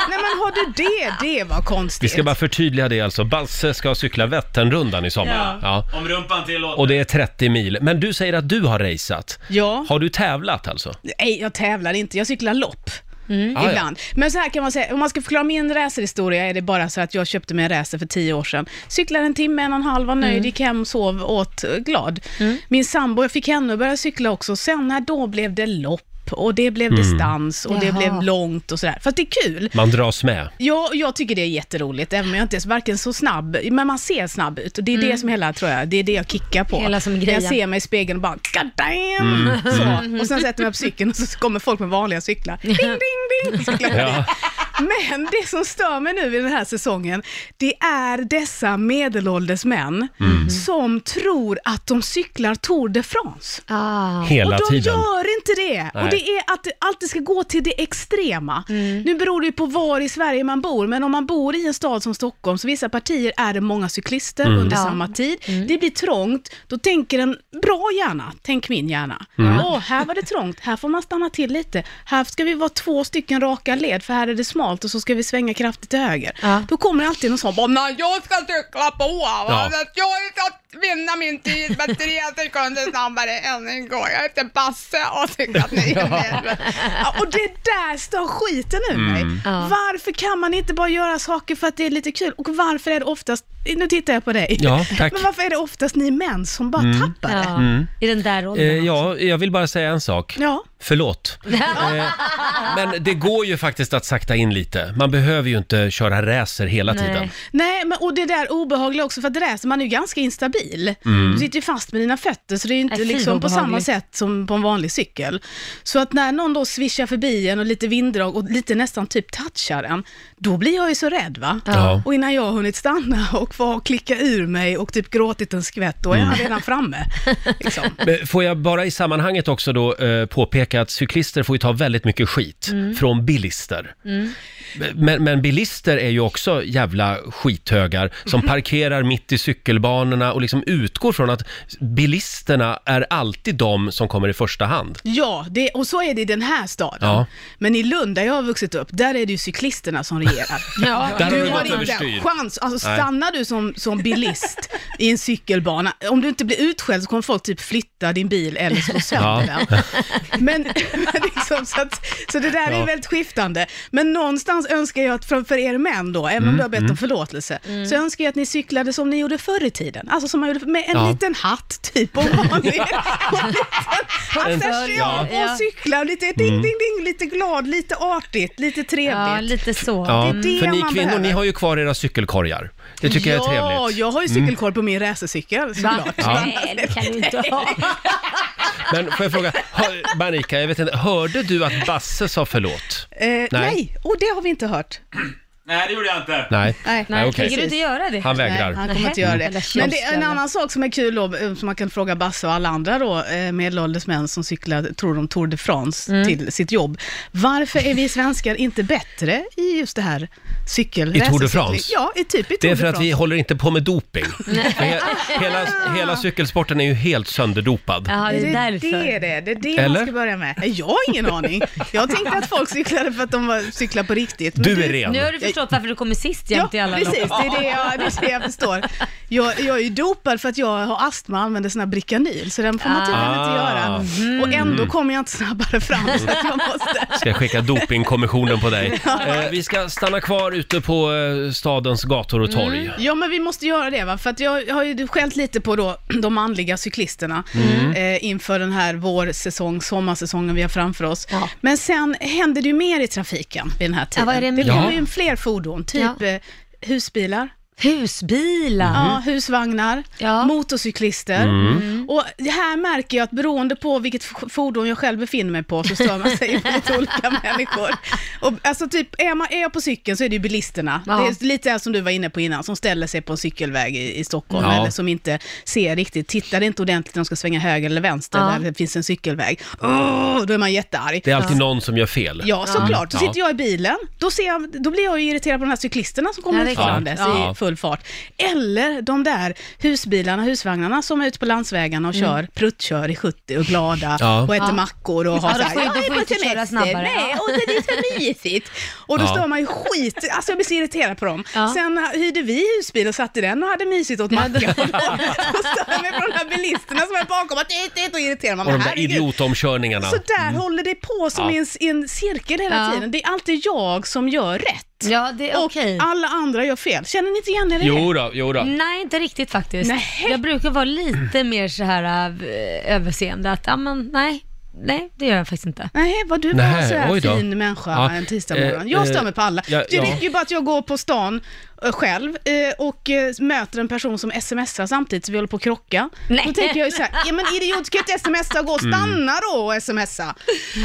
S8: men har du det? Det var konstigt.
S1: Vi ska bara förtydliga det alltså. Basse ska cykla Vätternrundan i sommar. Ja.
S4: Om rumpan tillåter.
S1: Och det är 30 mil. Men du säger att du har raceat.
S8: Ja.
S1: Har du tävlat alltså?
S8: Nej, jag tävlar inte, jag cyklar lopp.
S1: Ah, ja.
S8: Mm, Ibland. Men så här kan man säga, om man ska förklara min racerhistoria är det bara så att jag köpte mig en racer för tio år sedan. Cyklade en timme, en och en halv, var nöjd, gick hem, sov, åt, eh, glad. Min sambo, jag fick henne att börja cykla också. Sen när då blev det lopp och det blev distans och det
S3: Jaha.
S8: blev långt och sådär. Fast det är kul.
S1: Man dras med.
S8: Jag, jag tycker det är jätteroligt, även om jag inte är så- varken så snabb, men man ser snabb ut. Och det är det som hela, tror jag, det är det jag kickar på.
S3: Mm. Hela som
S8: När
S3: grejen.
S8: Jag ser mig i spegeln och bara, God damn! Så. Och sen sätter jag mig på cykeln och så kommer folk med vanliga cyklar. Ding, ding, ding! Cyklar.
S1: Ja.
S8: Men det som stör mig nu i den här säsongen, det är dessa medelålders män som tror att de cyklar Tour de France.
S3: Ah.
S1: Hela
S8: och de
S1: tiden.
S8: gör inte det.
S1: Nej.
S8: Och det är att det alltid ska gå till det extrema.
S3: Mm.
S8: Nu beror det ju på var i Sverige man bor, men om man bor i en stad som Stockholm, så vissa partier är det många cyklister
S1: Mm.
S8: under
S3: Ja. Mm.
S8: samma tid. Det blir trångt, då tänker en bra hjärna, tänk min hjärna.
S1: Mm.
S8: Åh, här var det trångt, här får man stanna till lite. Här ska vi vara två stycken raka led, för här är det smalt och så ska vi svänga kraftigt till höger.
S3: Ja.
S8: Då kommer alltid någon sån, bara, "Nej, jag ska cykla på, va?
S1: Ja.
S8: jag ska vinna min tid med
S1: [laughs]
S8: tre sekunder snabbare än igår. Jag heter Basse och tycker att
S1: [laughs]
S8: ni är med. ja, Och det där stör skiten ur
S1: Mm.
S8: mig.
S3: Ja.
S8: Varför kan man inte bara göra saker för att det är lite kul? Och varför är det oftast, nu tittar jag på dig,
S1: Ja, tack. Mm.
S8: men varför är det oftast ni män som bara tappar det?
S3: Ja. I den där
S1: Eh,
S3: åldern.
S1: ja, jag vill bara säga en sak.
S8: Ja.
S1: Förlåt. Eh, men det går ju faktiskt att sakta in lite. Man behöver ju inte köra racer hela
S3: Nej.
S1: tiden.
S8: Nej, men, och det där obehagliga också, för att det där, så man är ju ganska instabil. Du sitter ju fast med dina fötter, så det är ju inte
S3: Nej, fy,
S8: liksom på
S3: obehagligt.
S8: samma sätt som på en vanlig cykel. Så att när någon då svischar förbi en och lite vinddrag och lite nästan typ touchar en, då blir jag ju så rädd va.
S1: Ja.
S8: Och innan jag har hunnit stanna och få klicka ur mig och typ gråtit en skvätt, då är han redan framme.
S3: [laughs]
S8: Liksom.
S1: Men Får jag bara i sammanhanget också då eh, påpeka att cyklister får ju ta väldigt mycket skit
S8: Mm.
S1: från bilister. Men, men bilister är ju också jävla skithögar
S8: Mhm.
S1: som parkerar mitt i cykelbanorna och liksom utgår från att bilisterna är alltid de som kommer i första hand.
S8: Ja, det, och så är det i den här staden.
S1: Ja.
S8: Men i Lund, där jag har vuxit upp, där är det ju cyklisterna som regerar.
S3: Ja.
S1: Där har
S8: Du
S1: det
S8: har
S1: gått
S8: inte
S1: överstyr.
S8: en chans. Alltså,
S1: Nej.
S8: stannar du som, som bilist i en cykelbana, om du inte blir utskälld så kommer folk typ flytta din bil eller slå sönder
S1: Ja.
S8: den. Men, men liksom, så, att, så det där
S1: Ja.
S8: är väldigt skiftande. Men någonstans önskar jag att framför er män då,
S1: Mm,
S8: även om du har bett om förlåtelse, så önskar jag att ni cyklade som ni gjorde förr i tiden. Alltså som man gjorde med en
S1: Ja.
S8: liten hatt typ och
S1: [laughs]
S8: vanlig. och en liten
S1: Ja.
S8: accessoar och cykla och lite
S1: Mm.
S8: ding, ding, ding, lite glad, lite artigt, lite
S3: ja,
S8: trevligt.
S3: lite så.
S1: Ja,
S8: det är
S1: för
S8: det
S1: ni
S8: man
S1: kvinnor,
S8: behöver.
S1: ni har ju kvar era cykelkorgar. Det tycker jag är
S8: Ja,
S1: trevligt. Mm.
S8: jag har ju cykelkoll på min racercykel
S1: [laughs]
S8: såklart.
S3: Nej, det kan du inte ha.
S1: Men får jag fråga, hör, Marika, jag vet inte, hörde du att Basse sa förlåt?
S8: Eh, nej, och det har vi inte hört.
S4: Nej, det gjorde jag inte.
S1: Nej,
S8: Nej.
S1: Nej, okej.
S3: Tänker du inte göra det?
S1: Han
S8: Nej,
S1: vägrar.
S8: han kommer inte göra
S3: Eller
S8: det.
S3: tjafs,
S8: Men det är en
S3: eller?
S8: annan sak som är kul då, eh, som man kan fråga Basse och alla andra då, eh, medelålders män som cyklar, tror de, Tour de France
S3: Mm.
S8: till sitt jobb. Varför är vi svenskar inte bättre i just det här cykel...
S1: I Tour de
S8: racercykling?
S1: France?
S8: Ja, i typ i Tour
S1: Det är
S8: de
S1: för att
S8: France.
S1: vi håller inte på med doping. För he- hela, hela cykelsporten är ju helt sönderdopad.
S3: Ja, det är därför.
S8: Det är det, det, är det
S1: Eller?
S8: man ska börja med. Jag har ingen aning. Jag tänkte att folk cyklade för att de var, cyklar på riktigt. men
S1: Du är ren.
S3: Nu har du förstått varför du kommer sist jämt i alla
S8: precis.
S3: lopp.
S8: Det är det jag, det är det jag förstår. Jag, jag är ju dopad för att jag har astma och använder sån här Bricanyl, så den får man tydligen inte
S1: Ah.
S8: göra. Och
S3: Mm.
S8: ändå kommer jag inte snabbare fram, så att jag måste...
S1: Ska jag skicka dopingkommissionen på dig. Eh, vi ska stanna kvar ute på eh, stadens gator och torg.
S8: Ja, men vi måste göra det, va? för att jag har ju skällt lite på då, de manliga cyklisterna
S3: Mm.
S8: eh, inför den här vårsäsong, sommarsäsongen vi har framför oss.
S3: Ja.
S8: Men sen händer det ju mer i trafiken vid den här tiden.
S3: vad är det mer?
S8: kommer
S1: Ja.
S8: ju fler fordon, typ
S3: Ja.
S8: eh, husbilar,
S3: Husbilar.
S8: Ja, husvagnar,
S3: Mm. Ja. Mm.
S8: motorcyklister. Och det här märker jag att beroende på vilket f- fordon jag själv befinner mig på så stör man sig på lite olika
S3: [laughs]
S8: människor. Och, alltså typ, är, man, är jag på cykeln så är det ju bilisterna.
S3: Ja.
S8: Det är lite här som du var inne på innan, som ställer sig på en cykelväg i, i Stockholm
S1: Ja.
S8: eller som inte ser riktigt, tittar inte ordentligt när de ska svänga höger eller vänster
S3: Ja.
S8: där det finns en cykelväg. Åh, då är man jättearg.
S1: Det är alltid någon som gör fel. Mm.
S8: Ja, såklart. Så
S1: Ja.
S8: sitter jag i bilen, då, ser jag, då blir jag ju irriterad på de här cyklisterna som
S3: Ja,
S8: kommer
S3: det är klart.
S8: utfarandes
S1: Ja.
S8: i full fart. Eller de där husbilarna, husvagnarna som är ute på landsvägarna och kör, pruttkör i 70 och glada
S1: Ja.
S8: och äter
S3: Mm. Ja.
S8: mackor och har
S3: Ja,
S8: så
S3: då
S8: här,
S3: får ju- då
S8: "Jag är
S3: får
S8: på
S3: ju inte köra
S8: semester."
S3: snabbare.
S8: Nej,
S3: Ja.
S8: och det är så mysigt. Och då
S1: Ja.
S8: står man ju skit, alltså jag blir så irriterad på dem.
S3: Ja.
S8: Sen hyrde vi husbil och satt i den och hade mysigt åt
S3: [laughs]
S8: macka. Och då då stör jag mig på de här bilisterna som är bakom och det- det- det- och irriterar mig.
S1: Och de
S8: Men
S1: där
S8: herregud.
S1: idiotomkörningarna.
S8: Så där håller det på som
S1: Mm. Ja.
S8: i en, i en cirkel hela
S3: Ja.
S8: tiden. Det är alltid jag som gör rätt.
S3: Ja, det är
S8: Och
S3: okej.
S8: alla andra gör fel. Känner ni inte igen er i det?
S1: Jo då, jo då.
S3: Nej, inte riktigt faktiskt.
S8: Nähä.
S3: Jag brukar vara lite mer så här eh, överseende att, ja men nej, nej det gör jag faktiskt inte.
S8: Nej, vad du var
S1: Nähä,
S8: en så
S1: oj
S8: här
S1: då.
S8: fin människa
S1: Ja,
S8: en tisdagmorgon.
S1: eh,
S8: jag
S1: eh,
S8: stör mig på alla.
S1: ja,
S8: det
S1: ja.
S8: räcker ju bara att jag går på stan eh, själv eh, och eh, möter en person som smsar samtidigt så vi håller på att krocka.
S3: Nej.
S8: Då tänker jag ju så här, ja men idiot, ska jag inte smsa och gå?
S1: Mm.
S8: Stanna då och smsa.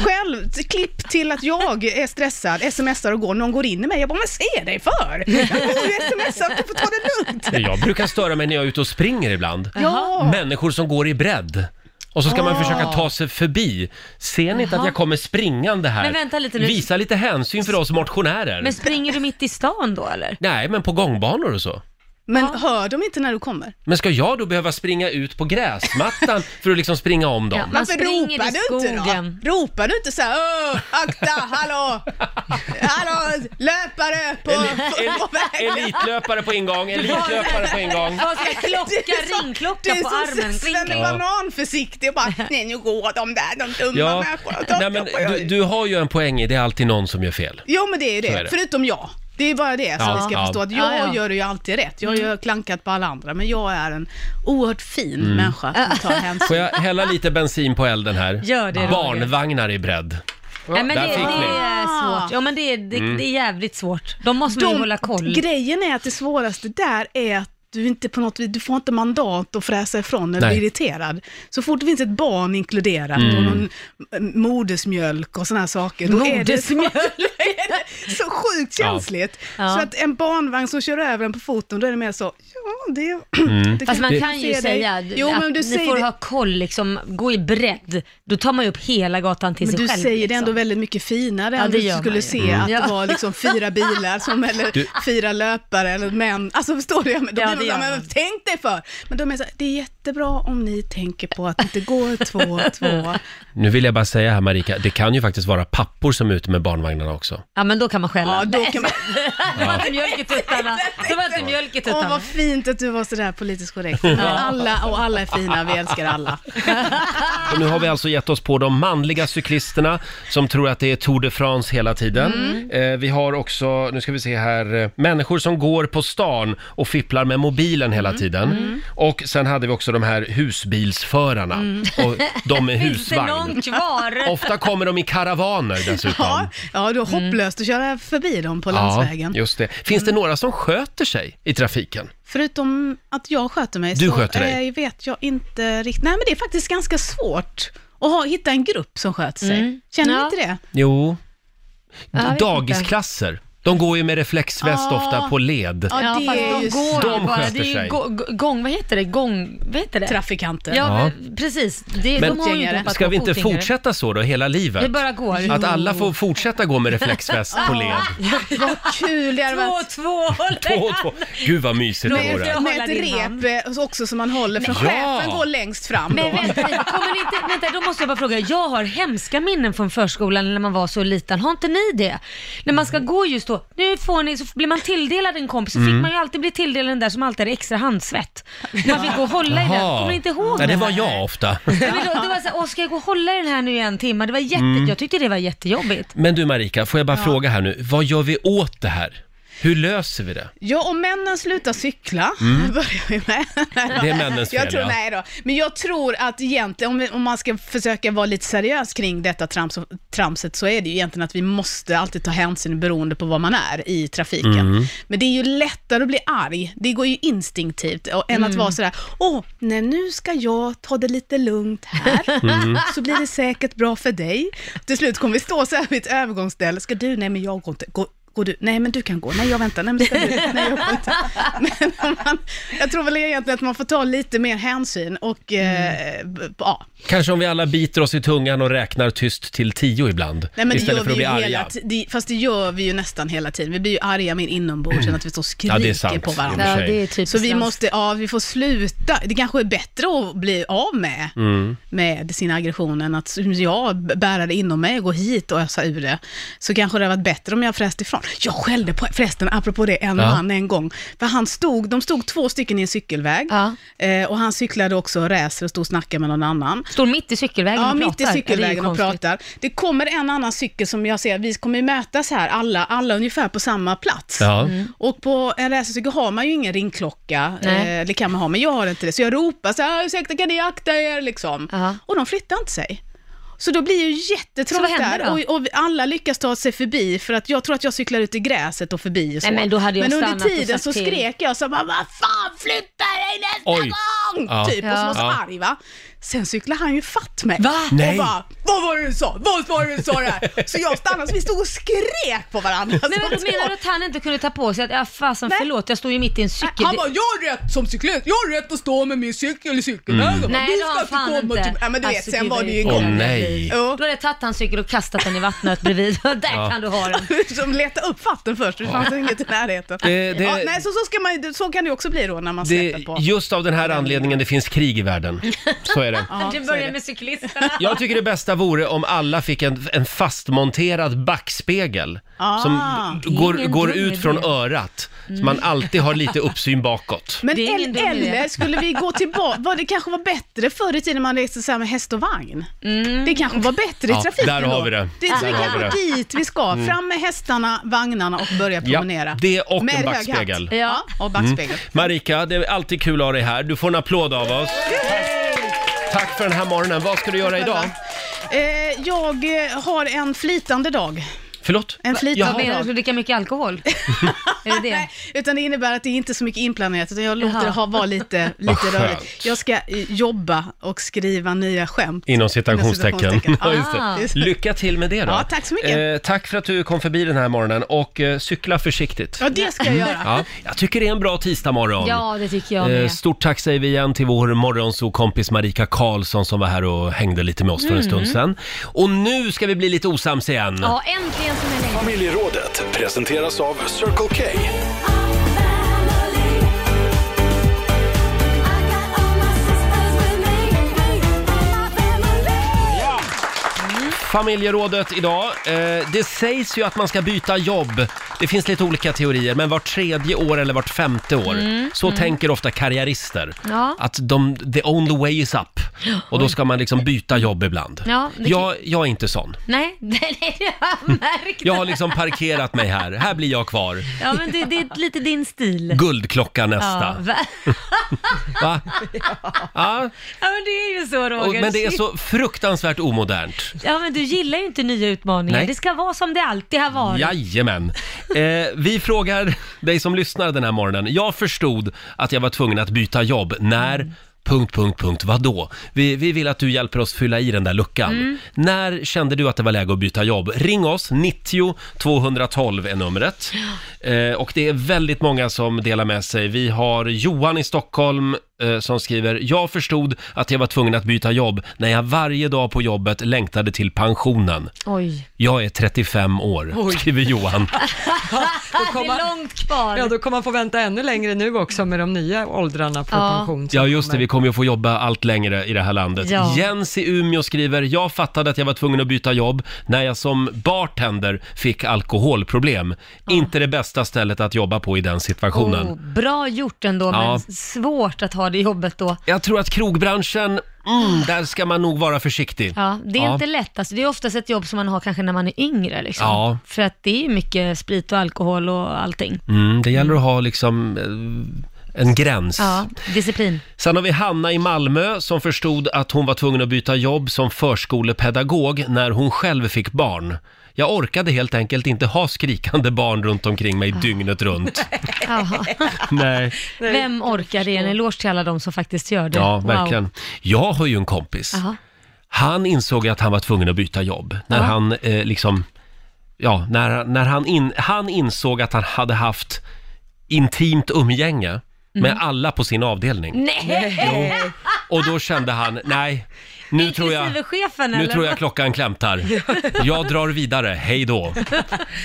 S8: Själv, t- klipp till att jag är stressad, smsar och går, någon går in i mig, jag bara, men se dig för! [laughs] Du smsar, du får ta det lugnt.
S1: Jag brukar störa mig när jag är ute och springer ibland.
S8: Ja.
S1: Människor som går i bredd. Och så ska man försöka ta sig förbi. Ser ni inte att jag kommer springande här?
S3: Men vänta lite nu.
S1: Visa lite hänsyn för oss motionärer.
S3: Men springer du mitt i stan då eller?
S1: Nej, men på gångbanor och så.
S8: Men hör de inte när du kommer?
S1: Men ska jag då behöva springa ut
S8: [laughs]
S1: på gräsmattan för att liksom springa om dem?
S3: Man
S8: Varför
S3: springer
S8: ropar
S3: i
S8: du inte
S3: skogen.
S8: då? Ropar du inte så här, "Åh, akta, hallå, hallå, löpare på, på, på vägen?
S1: Elitlöpare på ingång, elitlöpare på ingång.
S8: [laughs]
S3: Vad ska jag
S8: Du är
S3: klocka,
S8: så-
S3: ringklocka på
S8: Du är
S3: armen?
S8: så Svenne
S3: Ring.
S8: Banan försiktig och bara, nej nu går de där, de dumma
S1: Ja,
S8: människorna. De,
S1: nej, men
S8: de får jag
S1: du,
S8: ju."
S1: du har ju en poäng i det är alltid någon som gör fel.
S8: Jo men det är ju det,
S1: Så är det.
S8: förutom jag. Det är bara det som
S1: Ja,
S8: vi ska
S1: ja.
S8: förstå, att jag
S3: Ja, ja. Mm.
S8: gör ju alltid rätt. Jag har ju klankat på alla andra, men jag är en oerhört fin
S1: Mm.
S8: människa som
S3: [laughs]
S8: tar hänsyn.
S1: Får jag hälla lite bensin på elden här?
S3: Gör det, Roger.
S1: Barnvagnar i bredd.
S3: Nej, men det,
S1: Där
S3: det
S1: fick ni. Mm.
S3: är svårt. Ja men det är, det, det är jävligt svårt. De måste man ju hålla koll.
S8: Grejen är att det svåraste där är att du inte på något vis, du får inte mandat att fräsa ifrån när
S1: Nej. Mm.
S8: du blir irriterad. Så fort det finns ett barn inkluderat och någon eh, modersmjölk och sådana här saker, [laughs] då är det så, så sjukt
S1: Ja.
S8: känsligt.
S3: Ja.
S8: Så att en barnvagn som kör över en på foten, då är det mer så, ja det... [clears throat]
S1: Mm.
S8: det
S3: Fast man
S8: jag
S3: kan ju
S8: se dig.
S3: säga
S8: jo,
S3: att
S8: men du
S3: ni
S8: säger
S3: får
S8: det.
S3: ha koll, liksom, gå i bredd. Då tar man ju upp hela gatan till
S8: Men
S3: sig
S8: du
S3: själv.
S8: säger det
S3: liksom.
S8: ändå väldigt mycket finare
S3: Ja,
S8: än
S3: det
S8: om du
S3: gör man ju.
S8: skulle se
S3: Mm.
S8: att
S3: Ja.
S8: det var liksom fyra bilar som, eller fyra löpare eller män. Alltså förstår du? Men Då blir
S3: Ja,
S8: man
S3: det
S8: så
S3: gör
S8: här, men
S3: man.
S8: tänk dig för. Men de är så här, det är jättebra om ni tänker på att det inte går två och två.
S1: Nu vill jag bara säga här Marika, det kan ju faktiskt vara pappor som är ute med barnvagnarna också.
S3: Ja men då kan man skälla.
S8: Ja, då
S3: Nej, [laughs]
S8: kan man-
S3: det var inte mjölk i tuttarna. Det var inte mjölk i
S8: Åh,
S3: tuttarna.
S8: vad fint att du var sådär politiskt korrekt. Alla, och alla är fina, vi älskar alla.
S1: Och nu har vi alltså gett oss på de manliga cyklisterna som tror att det är Tour de France hela tiden. Eh, vi har också, nu ska vi se här, eh, människor som går på stan och fipplar med mobilen hela tiden. Och sen hade vi också de här husbilsförarna och de med
S3: Finns det någon
S1: husvagn.
S3: kvar?
S1: Ofta kommer de i karavaner dessutom.
S8: Ja, ja du är
S3: Mm.
S8: hopplöst att köra förbi dem på
S1: Ja,
S8: landsvägen.
S1: just det. Finns det några som sköter sig i trafiken?
S8: Förutom att jag sköter mig
S1: Du
S8: så
S1: sköter dig.
S8: eh, vet jag inte riktigt. Nej, men det är faktiskt ganska svårt att ha, hitta en grupp som sköter sig. Känner ni
S3: Ja.
S8: inte det?
S1: Jo.
S3: jag vet
S1: Dagisklasser. De går ju med reflexväst
S8: Ja.
S1: ofta på led.
S8: Ja,
S3: Ja,
S8: det
S3: fast
S8: är
S3: de
S8: ju
S3: går
S1: De
S3: ju bara.
S1: sköter
S3: Det är
S1: sig.
S3: ju gå- gå- gång, vad heter det? Gång, vad heter det?
S8: trafikanter.
S3: Ja,
S1: Ja.
S3: men precis. Det,
S1: Men
S3: de har ju inte hoppat
S1: Ska
S3: på
S1: vi inte
S3: fotgängare.
S1: fortsätta så då hela livet?
S3: Det bara går.
S1: Att alla får fortsätta gå med reflexväst
S8: [laughs]
S1: på led.
S8: Vad kul det hade
S3: Två,
S8: varit.
S3: två håller
S1: Två och två. Gud vad mysigt det
S3: Nej,
S1: vore.
S3: jag-
S8: Med
S3: Hålla
S8: ett
S3: din hand.
S8: rep eh, också som man håller, för chefen går längst fram
S3: Men
S8: då.
S3: vänta, lite, kommer ni inte, vänta, då måste jag bara fråga. Jag har hemska minnen från förskolan när man var så liten. Har inte ni det? När man
S8: Mm.
S3: ska gå just då, nu får ni, så blir man tilldelad en kompis, så fick man ju alltid bli tilldelad den där som alltid hade extra handsvett. När man fick gå och hålla i den.
S1: Jaha.
S3: Kommer ni inte ihåg
S1: Nej, det
S3: här?
S1: var jag ofta.
S3: Ja, men då, det var såhär, åh ska jag gå och hålla i den här nu i en timme? Det
S8: Mm.
S3: var jätte, Jag tyckte det var jättejobbigt.
S1: Men du Marika, får jag bara fråga här nu, vad gör vi åt det här? Hur löser vi det?
S8: Ja, om männen slutar cykla, [laughs]
S1: Mm.
S8: börjar vi med.
S1: Det är männens fel,
S8: jag tror,
S1: ja.
S8: Nej då. Men jag tror att egentligen, om, vi- om man ska försöka vara lite seriös kring detta trams, tramset, så är det ju egentligen att vi måste alltid ta hänsyn beroende på var man är i trafiken.
S1: Mm.
S8: Men det är ju lättare att bli arg, det går ju instinktivt, och- än
S1: Mm.
S8: att vara sådär, åh, nej nu ska jag ta det lite lugnt
S1: [laughs]
S8: här,
S1: Mm.
S8: så blir det säkert bra för dig. Till slut kommer vi stå så här vid ett övergångsställe, ska du, nej men jag går inte, gå, Går du? Nej, men du kan gå. Nej, jag väntar. Nej, men ska du? Nej, jag går inte. [laughs] Men om man, jag tror väl egentligen att man får ta lite mer hänsyn och eh,
S1: Mm.
S8: b- ja.
S1: Kanske om vi alla biter oss i tungan och räknar tyst till tio ibland.
S8: Nej, men det
S1: istället
S8: gör
S1: för att
S8: vi
S1: bli
S8: ju hela
S1: arga.
S8: ti- det, Fast det gör vi ju nästan hela tiden. Vi blir ju arga mer inombords än att vi står och skriker
S1: Mm. Ja, det är sant.
S8: på varandra.
S1: Ja,
S3: Ja,
S1: det
S3: det är
S8: Så vi måste, ja vi får sluta. Det kanske är bättre att bli av med,
S1: Mm.
S8: med sin aggression än att som jag b- bära det inom mig och gå hit och ösa ur det. Så kanske det hade varit bättre om jag fräst ifrån. Jag skällde på, förresten, apropå det, en
S1: Ja.
S8: man en gång. För han stod, de stod två stycken i en cykelväg
S3: Ja.
S8: eh, och han cyklade också racer och stod och snackade med någon annan.
S3: Står mitt i cykelvägen
S8: Ja,
S3: och pratar.
S8: mitt i cykelvägen
S3: Ja,
S8: och
S3: det är ju konstigt.
S8: pratar. Det kommer en annan cykel som jag ser, vi kommer ju mötas här, alla, alla ungefär på samma plats.
S1: Ja.
S8: Och på en racercykel har man ju ingen ringklocka,
S3: Nej.
S8: eh, det kan man ha, men jag har inte det. Så jag ropar så här, ursäkta kan ni akta er liksom.
S3: Ja.
S8: Och de flyttar inte sig. Så då blir ju
S3: Så vad
S8: jättetrångt
S3: händer
S8: där och, och alla lyckas ta sig förbi för att jag tror att jag cyklar ut i gräset och förbi och så.
S3: Nej, men då hade jag stannat
S8: under
S3: och
S8: tiden
S3: sagt
S8: så
S3: till.
S8: skrek jag så bara, vad fan flytta dig nästa
S1: Oj.
S8: gång!
S1: Ja.
S8: Typ, och så var jag så
S1: Ja.
S8: arg va. Sen cyklade han ju fatt mig.
S3: Va?
S1: Nej.
S8: Och bara, vad var det du sa? Vad var det du sa där? Så jag stannade, så vi stod och skrek på varandra.
S3: Nej, men
S8: Så-
S3: menar du att han inte kunde ta på sig att, ja fasen
S8: Nej.
S3: förlåt, jag står ju mitt i en cykel.
S8: han bara, jag har rätt som cyklist, jag har rätt att stå med min cykel i cykelvägen. Mm.
S3: Nej,
S8: du
S3: det
S8: ska
S3: har han
S8: inte
S3: fan
S8: komma
S3: inte.
S8: till mig." Ja, men du vet,
S3: Alltså,
S8: sen
S3: gud,
S8: var
S3: vad
S8: det
S3: det
S8: ju
S3: är
S1: Åh
S8: igång.
S1: nej!
S3: Då hade jag tagit hans cykel och kastat den i vattnet bredvid. [laughs] Där kan du ha den.
S8: Som letade upp vatten först, det fanns inget i närheten.
S1: Det- det-
S8: ja, nej, så, så, ska man, ju- så kan det ju också bli då när man släpper
S1: Det,
S8: på.
S1: just av den här anledningen det finns krig i världen. Så är det.
S8: [laughs] [laughs] Ja,
S3: du
S8: så är
S3: börjar
S8: det.
S3: med cyklisterna.
S8: [laughs]
S1: Jag tycker det bästa vore om alla fick en, en fastmonterad backspegel
S8: Ah.
S1: som
S3: är
S1: går,
S3: ingen
S1: går
S3: dum
S1: ut från
S3: idé.
S1: örat. Så man alltid har lite uppsyn bakåt.
S8: Men
S3: Det är ingen
S8: el-
S3: dum idé.
S8: eller skulle vi gå tillbaka, var det kanske var bättre förr i tiden när man reste så här med häst och vagn?
S3: Mm.
S8: Det kanske var bättre
S1: Ja,
S8: i trafiken
S1: där har
S8: då.
S1: vi det.
S8: Det
S1: Där
S8: är
S1: har vi Mm.
S8: kanske dit vi ska, fram med hästarna, vagnarna och börja promenera.
S1: det och en
S8: med hög
S1: backspegel.
S8: hatt.
S1: Mm.
S3: Ja.
S8: Ja, och backspegel.
S1: Marika, det är alltid kul att ha dig här. Du får en applåd av oss. Tack för den här morgonen. Vad ska du göra idag?
S8: Eh, jag eh, har en flytande dag.
S1: Förlåt?
S8: En
S3: Vad
S8: flytande
S3: menar du, ska
S8: dag.
S3: du dricka
S8: [laughs]
S3: mycket alkohol? är det det?
S8: Nej, [laughs] utan det innebär att det är inte är så mycket inplanerat, utan jag låter
S3: Jaha.
S8: det ha, vara
S3: [laughs]
S8: lite, lite
S1: skönt.
S8: rörigt. Jag ska eh, jobba och skriva nya skämt.
S1: Inom citationstecken.
S8: citationstecken.
S1: [laughs]
S8: Ah.
S1: Ja, just det. Lycka till med det då.
S8: Ja, tack så mycket.
S1: Eh, tack för att du kom förbi den här morgonen och eh, cykla försiktigt.
S8: Ja, det ska jag göra.
S1: Ja, jag tycker det är en bra tisdagmorgon.
S3: Ja, det tycker jag
S1: Eh,
S3: med.
S1: Stort tack säger vi igen till vår morgonsokompis Marika Karlsson som var här och hängde lite med oss för en stund sedan. Och nu ska vi bli lite osams igen.
S3: Mm. Ja, äntligen som är länge.
S5: Familjerådet presenteras av Circle K.
S1: Familjerådet idag. Eh, det sägs ju att man ska byta jobb. Det finns lite olika teorier, men vart tredje år eller vart femte år. Så tänker ofta karriärister.
S3: Mm, Ja.
S1: Att de, the only way is up. Och då ska man liksom byta jobb ibland.
S3: Ja, det-
S1: jag, jag är inte sån.
S3: Nej, det är det jag har märkt.
S1: Jag har liksom parkerat mig här. Här blir jag kvar.
S3: Ja, men det, det är lite din
S1: [laughs]
S3: stil.
S1: Guldklocka
S3: Ja,
S1: nästa.
S3: va? [laughs]
S1: Va? Ja.
S3: ja, men det är ju så
S1: Och,
S3: Roger.
S1: men det är så fruktansvärt omodernt.
S3: Ja, men du gillar ju inte nya utmaningar.
S1: Nej.
S3: Det ska vara som det alltid har varit.
S1: Jajamän. Eh, vi frågar dig som lyssnar den här morgonen. Jag förstod att jag var tvungen att byta jobb när... Punkt, punkt, punkt, vadå? Vi, vi vill att du hjälper oss fylla i den där luckan. När kände du att det var läge att byta jobb? Ring oss, 90 212 är numret. Eh, och det är väldigt många som delar med sig. Vi har Johan i Stockholm eh, som skriver, jag förstod att jag var tvungen att byta jobb när jag varje dag på jobbet längtade till pensionen.
S3: Oj,
S1: Jag är 35 år, skriver Johan.
S2: Då
S3: det
S2: kommer
S3: är
S2: man,
S3: långt kvar.
S2: ja, då kommer man få vänta ännu längre nu också med de nya åldrarna på
S3: Ja.
S2: pension. som
S3: [laughs]
S1: Ja, just det,
S2: kommer.
S1: vi kommer ju få jobba allt längre i det här landet.
S3: Ja.
S1: Jens i Umeå skriver, jag fattade att jag var tvungen att byta jobb när jag som bartender fick alkoholproblem. Inte det bästa stället att jobba på i den situationen.
S3: Oh, bra gjort ändå,
S1: Ja.
S3: men svårt att ha ha det jobbet då.
S1: Jag tror att krogbranschen, mm, där ska man nog vara försiktig.
S3: Ja, det är
S1: Ja.
S3: inte lätt. Alltså, det är oftast ett jobb som man har kanske när man är yngre. Liksom.
S1: Ja.
S3: För att det är ju mycket sprit och alkohol och allting.
S1: Mm, det gäller att ha liksom eh, en gräns.
S3: Ja, disciplin.
S1: Sen har vi Hanna i Malmö som förstod att hon var tvungen att byta jobb som förskolepedagog när hon själv fick barn. Jag orkade helt enkelt inte ha skrikande barn runt omkring mig
S3: [laughs]
S1: dygnet runt.
S3: Jaha.
S1: Nej.
S3: Vem orkar det? En eloge till alla de som faktiskt gör det.
S1: Ja,
S3: Wow.
S1: verkligen. Jag har ju en kompis.
S3: Jaha.
S1: Han insåg att han var tvungen att byta jobb när
S3: Ja.
S1: han eh, liksom, ja, när, när han, in, han insåg att han hade haft intimt umgänge med alla på sin avdelning.
S3: Mm. Nej!
S1: Och då kände han, nej, nu tror jag...
S3: Inklusive chefen
S1: Nu
S3: eller?
S1: tror jag klockan klämtar. Jag drar vidare, hej då.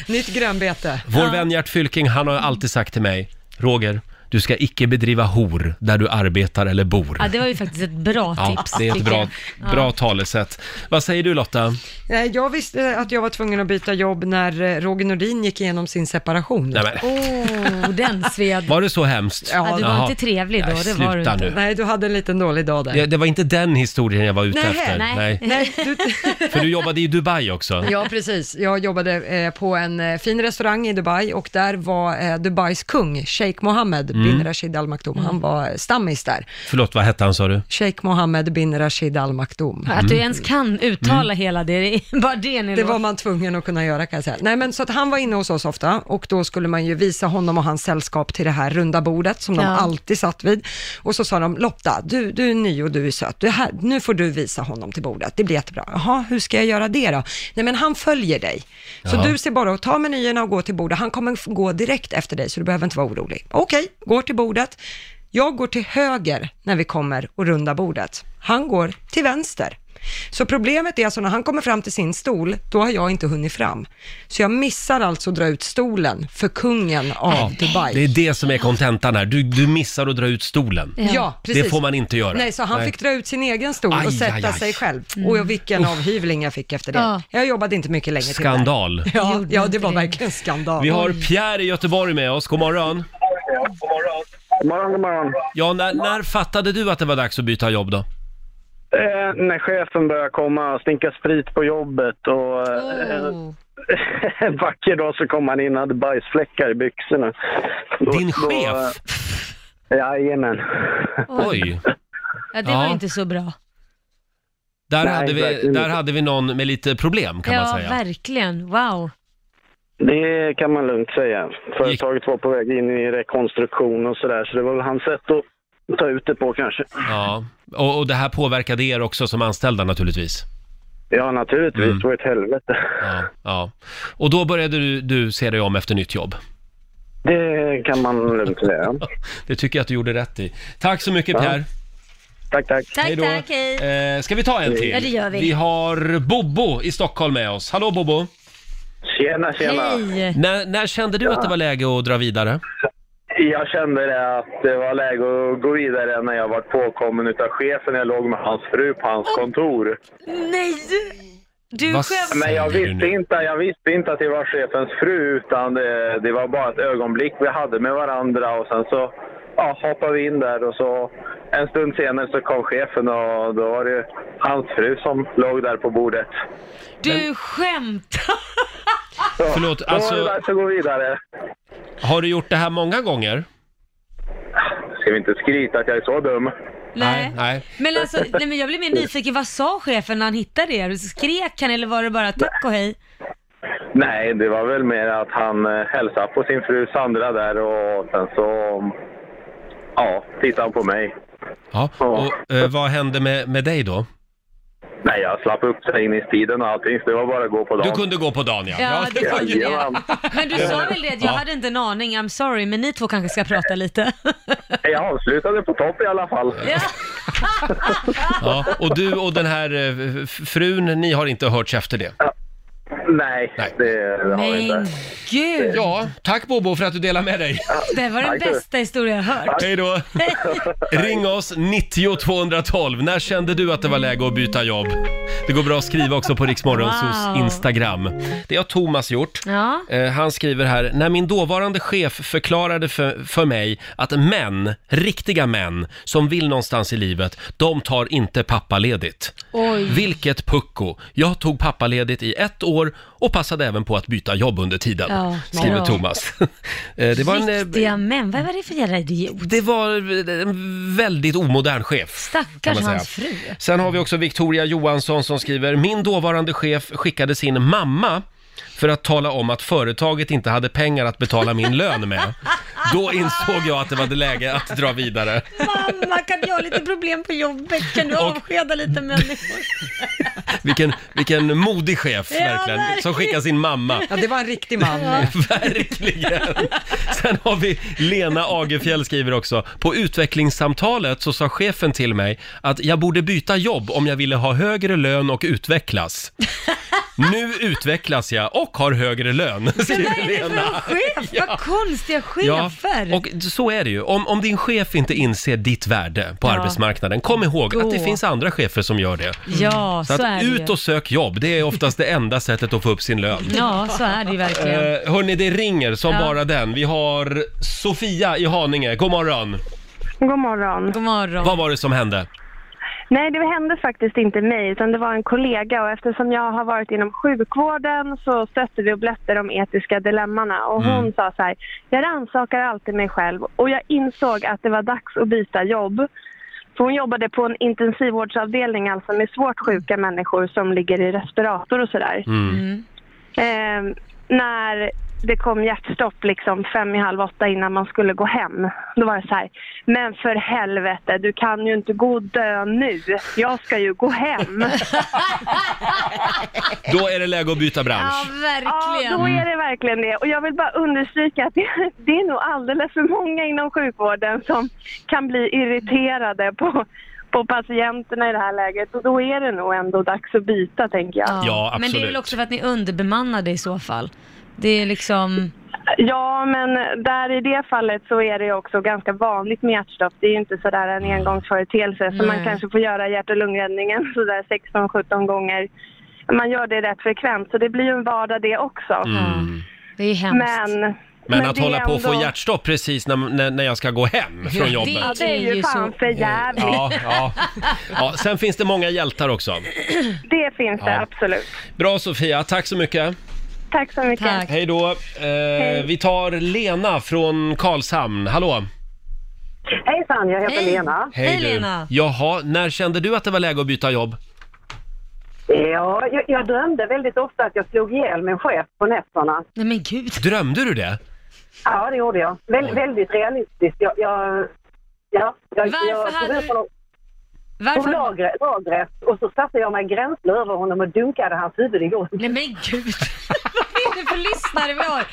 S2: Nytt grönbete.
S1: Vår vän Gert Fylking, han har alltid sagt till mig, Roger, du ska icke bedriva hor där du arbetar eller bor.
S3: Ja, det var ju faktiskt ett bra
S1: Ja,
S3: tips.
S1: det är ett
S3: tycker
S1: bra,
S3: jag.
S1: bra talesätt. Vad säger du Lotta?
S2: Nej, Jag visste att jag var tvungen att byta jobb när eh, Roger Nordin gick igenom sin separation.
S1: Nej, men,
S3: Oh, den sved.
S1: var det så hemskt?
S2: Ja,
S3: Ja, du var
S1: Jaha.
S3: inte trevlig då,
S1: Nej,
S3: det var du
S1: sluta
S3: inte.
S1: nu.
S2: Nej, du hade en liten dålig dag där.
S1: Det, det var inte den historien jag var ute
S2: Nej,
S1: efter.
S3: nej.
S2: Nej,
S1: [laughs]
S2: du,
S1: För du jobbade i Dubai också.
S2: ja, precis. Jag jobbade eh, på en eh, fin restaurang i Dubai och där var eh, Dubais kung, Sheikh Mohammed
S1: Mm.
S2: bin Rashid Al Maktoum. Han var eh, stammis där.
S1: Förlåt, vad hette han sa du?
S2: Sheikh Mohammed bin Rashid Al Maktoum.
S1: Mm.
S3: Att du ens kan uttala hela det, det är bara det ni
S2: Det var man tvungen att kunna göra kan jag säga. Nej men så att han var inne hos oss ofta och då skulle man ju visa honom och hans sällskap till det här runda bordet som de
S3: Ja.
S2: alltid satt vid. Och så sa de, Lotta, du, du är ny och du är söt, du är här, nu får du visa honom till bordet, det blir jättebra. Jaha, hur ska jag göra det då? Nej men han följer dig. Så
S1: Ja.
S2: du ser bara att ta menyerna och gå till bordet, han kommer f- gå direkt efter dig så du behöver inte vara orolig. Okej, går till bordet. Jag går till höger när vi kommer och runda bordet. Han går till vänster. Så problemet är alltså när han kommer fram till sin stol, då har jag inte hunnit fram. Så jag missar alltså att dra ut stolen för kungen av Dubai.
S1: Det är det som är kontentan här. Du, du missar att dra ut stolen.
S3: Ja.
S2: Ja, precis.
S1: Det får man inte göra.
S2: Nej, så han
S1: Nej.
S2: fick dra ut sin egen stol
S1: Aj,
S2: och sätta
S1: aj, aj.
S2: sig själv. Och jag- vilken avhyvling jag fick efter det.
S3: Mm. Ja.
S2: Jag jobbade inte mycket längre till där.
S1: Skandal.
S2: Ja,
S3: Gjorde
S2: ja,
S3: inte
S2: det var
S3: det.
S2: verkligen skandal.
S1: Vi har Pierre i Göteborg med oss. God morgon.
S7: God morgon, god morgon.
S1: Ja, när, när fattade du att det var dags att byta jobb då?
S7: Eh, när chefen börjar komma och stinka sprit på jobbet och eh, [laughs]
S3: Oh.
S7: en vacker dag så kom han in och hade bajsfläckar i byxorna. Då-
S1: Din
S7: då-
S6: [laughs]
S1: chef?
S7: eh, Jajamän.
S1: Oj.
S3: Ja, det
S1: Ja.
S3: var ju inte så bra.
S1: Där,
S7: Nej,
S1: hade vi,
S7: verkligen
S1: där
S7: inte.
S1: hade vi någon med lite problem kan
S3: ja,
S1: man säga.
S3: verkligen. Wow.
S7: Det kan man lugnt säga. Företaget var på väg in i rekonstruktion och sådär så det var väl hans sätt att ta ut det på kanske.
S1: Ja. Och, och det här påverkade er också som anställda naturligtvis.
S7: Ja, naturligtvis.
S1: Mm.
S7: Det var ett helvete.
S1: Ja, ja. Och då började du, du se dig om efter nytt jobb.
S7: Det kan man lugnt säga.
S1: Det tycker jag att du gjorde rätt i. Tack så mycket
S7: Ja.
S1: Pierre.
S7: Tack, tack.
S3: Tack,
S1: Hej då.
S3: tack, hej.
S1: Eh, ska vi ta en till?
S3: Ja, det gör vi.
S1: Vi har Bobo i Stockholm med oss. Hallå Bobo!
S7: Tjena, tjena.
S3: Hej.
S1: När, när kände du att det var läge att dra vidare?
S7: Jag kände det att det var läge att gå vidare när jag var påkommen utav chefen. Jag låg med hans fru på hans kontor.
S3: Nej! Du
S1: Vad
S3: skäms.
S7: Men jag
S1: säger du
S7: visste
S1: nu?
S7: inte, jag visste inte att det var chefens fru utan det, det var bara ett ögonblick vi hade med varandra och sen så ja, hoppade vi in där och så en stund senare så kom chefen och då var det hans fru som låg där på bordet.
S3: Du skämtar.
S7: Så,
S1: Förlåt,
S7: då
S1: alltså-
S7: var det dags att gå vidare.
S1: Har du gjort det här många gånger?
S7: Ska vi inte skryta att jag är så dum?
S3: Nej.
S1: [laughs] nej.
S3: Men alltså, nej, men jag blir mer nyfiken. Vad sa chefen när han hittade er? Skrek han eller var det bara tack och hej?
S7: Nej, det var väl mer att han eh, hälsade på sin fru Sandra där och sen så... Ja, tittade han på mig.
S1: Ja. Och, eh, vad hände med, med dig då?
S7: Nej, jag slapp uppsägningstiden och allting så det var bara att gå på
S1: Du
S7: dagen.
S1: kunde gå på dagen ja.
S3: Ja, du kunde det.
S1: [laughs]
S7: Jajamän.
S3: Men du sa väl det? att Jag hade inte en aning. I'm sorry, men ni två kanske ska prata lite.
S7: Jag avslutade på topp i alla fall.
S3: Ja.
S1: Ja, och du och den här eh, f- frun, ni har inte hörts efter det?
S7: Nej,
S1: Nej.
S7: det har vi
S3: Men
S7: inte.
S3: gud,
S1: Ja, tack Bobo för att du delar med dig.
S3: det var den
S7: Tack du.
S3: bästa historia jag hört. [laughs]
S1: Hej då! Ring oss, 90 212. När kände du att det var läge att byta jobb? Det går bra att skriva också på Riksmorgonsos
S3: Wow.
S1: Instagram. Det har Thomas gjort.
S3: Ja.
S1: Eh, Han skriver här, när min dåvarande chef förklarade för, för mig att män, riktiga män, som vill någonstans i livet, de tar inte pappaledigt. Vilket pucko! Jag tog pappaledigt i ett år och passade även på att byta jobb under tiden,
S3: Ja,
S1: skriver
S3: bra.
S1: Thomas. [laughs] Eh, det var en, eh,
S3: Riktiga män, vad var det för jävla idiot?
S1: det var en väldigt omodern chef. kan
S3: Stackars
S1: man säga.
S3: hans fru.
S1: Sen har vi också Victoria Johansson som skriver, min dåvarande chef skickade sin mamma för att tala om att företaget inte hade pengar att betala min lön med. Då insåg jag att det var det läge att dra vidare.
S3: Mamma, kan jag ha lite problem på jobbet? Kan du avskeda lite människor?
S1: Vilken, vilken modig chef verkligen, som
S3: verkligen.
S1: skickar sin mamma.
S2: Ja, det var en riktig [laughs] man.
S1: [laughs] Verkligen! Sen har vi Lena Agefjäll skriver också, på utvecklingssamtalet så sa chefen till mig att jag borde byta jobb om jag ville ha högre lön och utvecklas. Nu utvecklas jag och har högre lön,
S3: Men vad
S1: skriver
S3: är det för
S1: Lena.
S3: en chef? Vad konstiga
S1: Ja,
S3: chefer.
S1: och så är det ju. Om, om din chef inte inser ditt värde på
S3: Ja.
S1: arbetsmarknaden, kom ihåg att det
S3: Gå.
S1: finns andra chefer som gör det.
S3: ja,
S1: Så
S3: så, är
S1: att
S3: det ju.
S1: ut och sök jobb, det är oftast det enda sättet att få upp sin lön.
S3: Ja, så är det ju verkligen.
S1: Eh, hörni, det ringer som
S3: Ja.
S1: bara den. Vi har Sofia i Haninge. God morgon.
S6: God morgon.
S3: God morgon.
S1: Vad var det som hände?
S6: Nej, det hände faktiskt inte mig, utan det var en kollega och eftersom jag har varit inom sjukvården så stötte vi och blötte de etiska dilemmana och hon sa så här, jag rannsakar alltid mig själv och jag insåg att det var dags att byta jobb. För hon jobbade på en intensivvårdsavdelning alltså med svårt sjuka människor som ligger i respirator och sådär. Eh, när det kom hjärtstopp liksom fem i halv åtta innan man skulle gå hem. Då var det så här, men för helvete, du kan ju inte gå och dö nu. Jag ska ju gå hem.
S1: Då är det läge att byta bransch.
S3: Ja,
S6: ja,
S3: verkligen.
S6: då är det verkligen det. Och jag vill bara understryka att det, [laughs] det är nog alldeles för många inom sjukvården som kan bli irriterade på, på patienterna i det här läget. Och då är det nog ändå dags att byta, tänker jag.
S1: Ja,
S3: Men det är
S1: absolut.
S3: väl också för att ni underbemannade i så fall. Det är liksom,
S6: Ja, men där i det fallet så är det också ganska vanligt med hjärtstopp. Det är ju inte sådär en engångsföreteelse så man
S3: Nej.
S6: kanske får göra hjärt och lungräddningen [laughs] sådär 16-17 gånger. Man gör det rätt frekvent så det blir ju en vardag det också.
S1: Mm.
S3: det är hemskt.
S6: Men,
S1: Men att
S6: det är
S1: hålla på och få
S6: ändå-
S1: hjärtstopp precis när, när, när jag ska gå hem från jobbet.
S6: Ja, det är ju fan
S3: så-
S6: för jävligt.
S1: Ja, ja. ja, sen finns det många hjältar också.
S6: Det finns det
S1: Ja.
S6: absolut.
S1: Bra Sofia, tack så mycket.
S6: Tack så mycket.
S3: Tack.
S1: Hej då. Eh, vi tar Lena från Karlshamn. Hallå!
S6: Hejsan, jag heter
S3: Hej.
S6: Lena.
S3: Hej, Lena.
S1: Jaha, när kände du att det var läge att byta jobb?
S6: Ja, jag, jag drömde väldigt ofta att jag slog ihjäl min chef på nätterna.
S3: Nej men gud.
S1: Drömde du det?
S6: Ja, det gjorde jag. Väl, väldigt realistiskt. Jag, jag, ja, jag,
S3: Varför
S6: jag,
S3: hade
S6: jag,
S3: du-
S6: jag, på
S3: Varför?
S6: lagret, lagret och så satte jag mig gränsle över honom och dunkade hans huvud i golvet. [laughs]
S3: Nej men gud. [laughs] Vad är det för lyssnare vi har?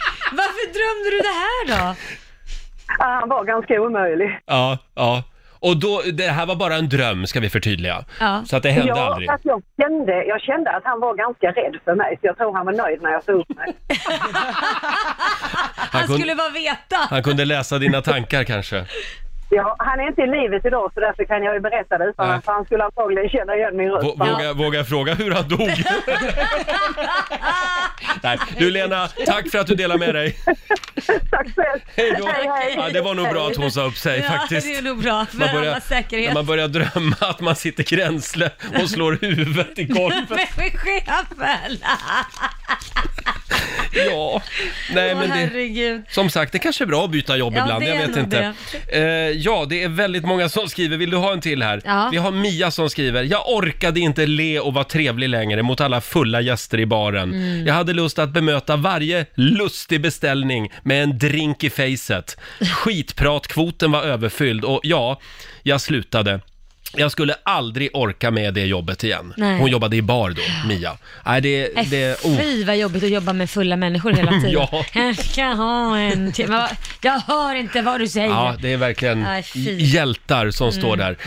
S3: Varför drömde du det här då?
S6: Ah, Han var ganska omöjlig.
S1: Ja, ja. Och då, det här var bara en dröm ska vi förtydliga.
S3: Ja.
S1: Så att det hände
S6: Ja,
S1: aldrig.
S6: fast jag, kände, jag kände att han var ganska rädd för mig så jag tror han var nöjd när jag såg upp
S9: [laughs]
S6: mig.
S1: Han
S3: Han
S1: kunde-
S3: skulle bara veta.
S1: Han kunde läsa dina tankar kanske.
S6: Ja, han är inte i livet idag så därför kan jag ju berätta det utan
S1: Nej.
S6: att han skulle antagligen känna igen min
S1: Vå-
S6: röst.
S1: Våga, våga fråga hur han dog. Nej, du Lena, tack för att du delar med dig.
S6: Tack så mycket.
S1: Hej då. Ja, det var nog bra att hon sa upp sig faktiskt.
S3: Ja, det är nog bra. För
S1: Man börjar-
S3: alla säkerhet. [laughs]
S1: När [laughs] man börjar drömma att man sitter gränsle och slår huvudet i golvet.
S3: Men chefen!
S1: Ja, nej
S3: Åh
S1: men det...
S3: herregud.
S1: Som sagt, det kanske är bra att byta jobb
S3: Ja,
S1: ibland,
S3: det
S1: jag
S3: är
S1: vet
S3: nog
S1: inte. Eh, ja, det är väldigt många som skriver. Vill du ha en till här?
S3: Ja.
S1: Vi har Mia som skriver. Jag orkade inte le och vara trevlig längre mot alla fulla gäster i baren.
S3: Mm.
S1: Jag hade lust att bemöta varje lustig beställning med en drink i facet. Skitpratkvoten var överfylld och ja, jag slutade. Jag skulle aldrig orka med det jobbet igen.
S3: Nej.
S1: Hon jobbade i bar då, Mia. Nej, det...
S3: Nej,
S1: det oh.
S3: Äh, Fy vad jobbigt att jobba med fulla människor
S1: [laughs]
S3: hela tiden.
S1: Ja.
S3: Jag ska ha en till. Men vad- Jag hör inte vad du säger.
S1: Ja, det är verkligen
S3: Nej, fy.
S1: hjältar som står där.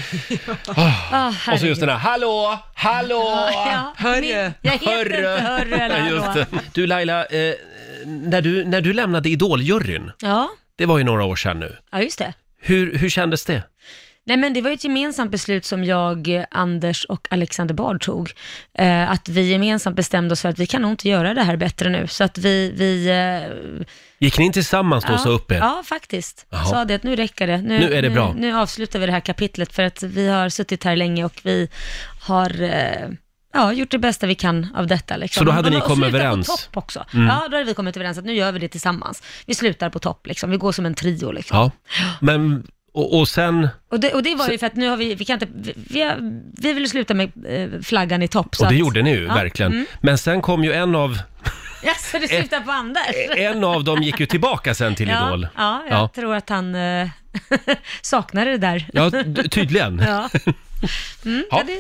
S3: Mm. [laughs] Ah,
S1: Och så just den här, hallå, hallå!
S3: Ja,
S2: Hörru.
S3: min- Jag heter inte hörru
S1: [laughs]
S3: eller
S1: Just
S3: hallå.
S1: det. Du Laila, eh, när, du, när du lämnade Idoljuryn,
S3: Ja,
S1: det var ju några år sedan nu.
S3: ja, just det.
S1: Hur, hur kändes det?
S3: Nej men det var ju ett gemensamt beslut som jag, eh, Anders och Alexander Bard tog. Eh, att vi gemensamt bestämde oss för att vi kan nog inte göra det här bättre nu. Så att vi, vi eh,
S1: Gick ni in tillsammans då och sa upp er?
S3: Ja, faktiskt.
S1: Jaha.
S3: Sa det att nu räcker det.
S1: Nu är det bra.
S3: Nu, avslutar vi det här kapitlet för att vi har suttit här länge och vi har eh, ja, gjort det bästa vi kan av detta. Liksom.
S1: Så då hade
S3: Och-
S1: ni
S3: och
S1: kommit
S3: slutat
S1: överens? Mm.
S3: på topp också. Ja, då hade vi kommit överens att nu gör vi det tillsammans. Vi slutar på topp, liksom. vi går som en trio. Liksom.
S1: Ja. Men, och, och sen,
S3: Och, det, och det var ju för att nu har vi, vi kan inte, vi, vi, har, vi ville sluta med eh, flaggan i topp. så
S1: och det
S3: att-
S1: gjorde ni ju
S3: ja. mm.
S1: verkligen. Men sen kom ju en av,
S3: [laughs] Ja, så det slutar på Anders.
S1: en av dem gick ju tillbaka sen till
S3: Ja,
S1: Idol.
S3: ja, jag tror att han eh, [laughs] saknade det där.
S1: ja d- tydligen. [laughs]
S3: Ja. Mm,
S1: Ja.
S3: ja. Det,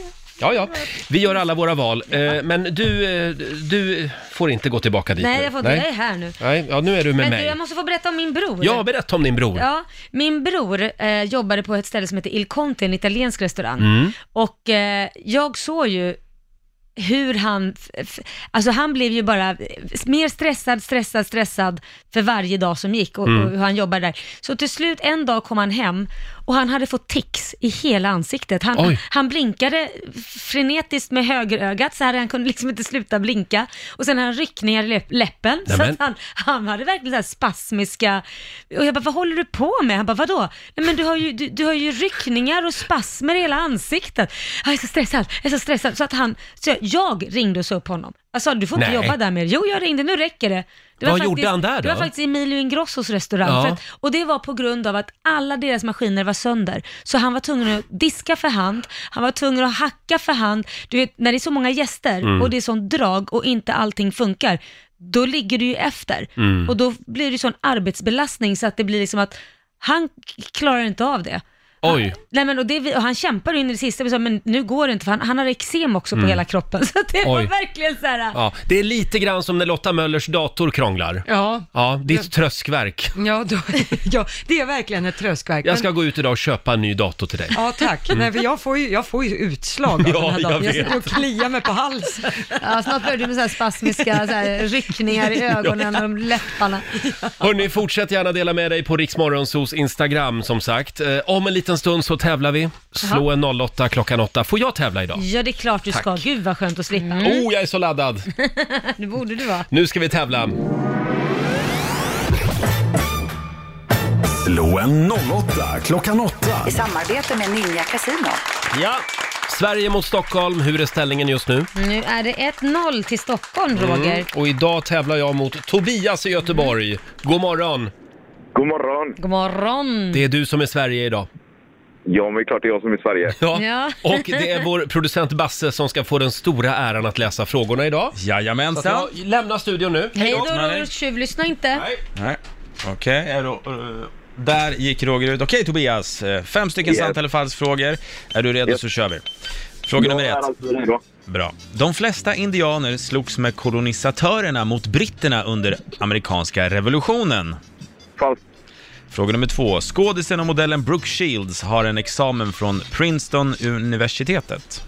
S1: Ja, ja. Vi gör alla våra val. Eh, Men du, eh, du får inte gå tillbaka dit
S3: nej,
S1: nu.
S3: jag får inte. Jag är här nu.
S1: Nej, ja, nu är du med
S3: Men du,
S1: mig.
S3: jag måste få berätta om min bror.
S1: Ja, berätta om din bror.
S3: Ja, min bror eh, jobbade på ett ställe som heter Il Conte, en italiensk restaurang.
S1: Mm.
S3: Och eh, jag såg ju hur han, f- f- alltså han blev ju bara f- mer stressad, stressad, stressad för varje dag som gick och,
S1: Mm.
S3: och hur han jobbade där. Så till slut en dag kom han hem och han hade fått tics i hela ansiktet. Han,
S1: Oj.
S3: han blinkade frenetiskt med högerögat så här han kunde liksom inte sluta blinka. Och sen hade han ryckningar i läpp- läppen. Så
S1: Nämen.
S3: att han, han hade verkligen så här spasmiska, och jag bara, vad håller du på med? Han bara, vadå? Nej men du har ju, du, du har ju ryckningar och spasmer i hela ansiktet. "Ah, Jag är så stressad, jag är så stressad. Så att han, så jag, jag ringde och sa upp honom. Jag sa, du får inte
S1: Nej.
S3: jobba där mer. Jo, jag ringde, nu räcker det. det
S1: Vad gjorde han där
S3: Det var
S1: då?
S3: faktiskt Emilio Ingrossos restaurang.
S1: Ja.
S3: För att, och det var på grund av att alla deras maskiner var sönder. Så han var tvungen att diska för hand, han var tvungen att hacka för hand. Du vet, när det är så många gäster
S1: Mm.
S3: och det är sånt drag och inte allting funkar, då ligger du ju efter.
S1: Mm.
S3: Och då blir det sån arbetsbelastning så att det blir liksom att han k- klarar inte av det.
S1: Oj.
S3: Nej, men, och, det, vi- och han kämpade ju in i det sista, men sa, men nu går det inte för han, han har eksem också på hela kroppen. [laughs] Så att det var
S1: Mm. Oj.
S3: verkligen så här...
S1: Ja, det är lite grann som när Lotta Möllers dator krånglar.
S2: Ja,
S1: Ja, ditt tröskverk.
S2: ja, då, [laughs] ja, det är verkligen ett tröskverk.
S1: Jag
S2: Men-
S1: ska gå ut idag och köpa en ny dator
S3: [laughs]
S1: till dig.
S2: Ja, tack. Nej, för jag får ju, jag får ju utslag av
S1: Ja,
S2: den här dagen.
S1: jag
S2: Jag,
S1: vet.
S2: sitter och kliar mig på halsen.
S3: Ja, snart börjar du med så här spasmiska så här, ryckningar [laughs] i ögonen och läpparna.
S1: Hörni, fortsätt gärna dela med dig på Riksmorgonsos Instagram som sagt. Eh, Om en liten stund så tävlar vi. Slå en 08 klockan 8. Får jag tävla idag?
S3: Ja, det är klart du ska. Gud vad skönt att slippa.
S1: Oh, jag är så laddad!
S3: Mm, Det borde du vara.
S1: Nu ska vi tävla.
S5: Slå en 08 klockan 8.
S10: I samarbete med Ninja Casino.
S1: Ja, Sverige mot Stockholm. Hur är ställningen just nu?
S3: Nu är det 1-0 till Stockholm, Roger.
S1: Och idag tävlar jag mot Tobias i Göteborg. God morgon!
S7: God morgon!
S3: God morgon.
S1: Det är du som är Sverige idag. [laughs]
S7: Ja, men det är klart det är jag som är i Sverige.
S1: Ja.
S3: Ja.
S1: Och det är vår producent Basse som ska få den stora äran att läsa frågorna idag. Så att
S4: Jajamensan.
S1: jag lämnar studion nu.
S3: Hej då,
S4: Nej.
S3: Roger. Tjuvlyssna inte.
S4: Nej. Okej, är då, eh, där gick Roger ut. Okej Tobias, eh, fem stycken
S7: Yes.
S4: sant eller falskt frågor. Är du redo så kör vi. Fråga nummer
S7: Jag är
S4: ett.
S7: alltid redo.
S4: Bra. De flesta indianer slogs med kolonisatörerna mot britterna under amerikanska revolutionen.
S7: Falskt.
S4: Fråga nummer två. Skådisen och modellen Brooke Shields har en examen från Princeton universitetet.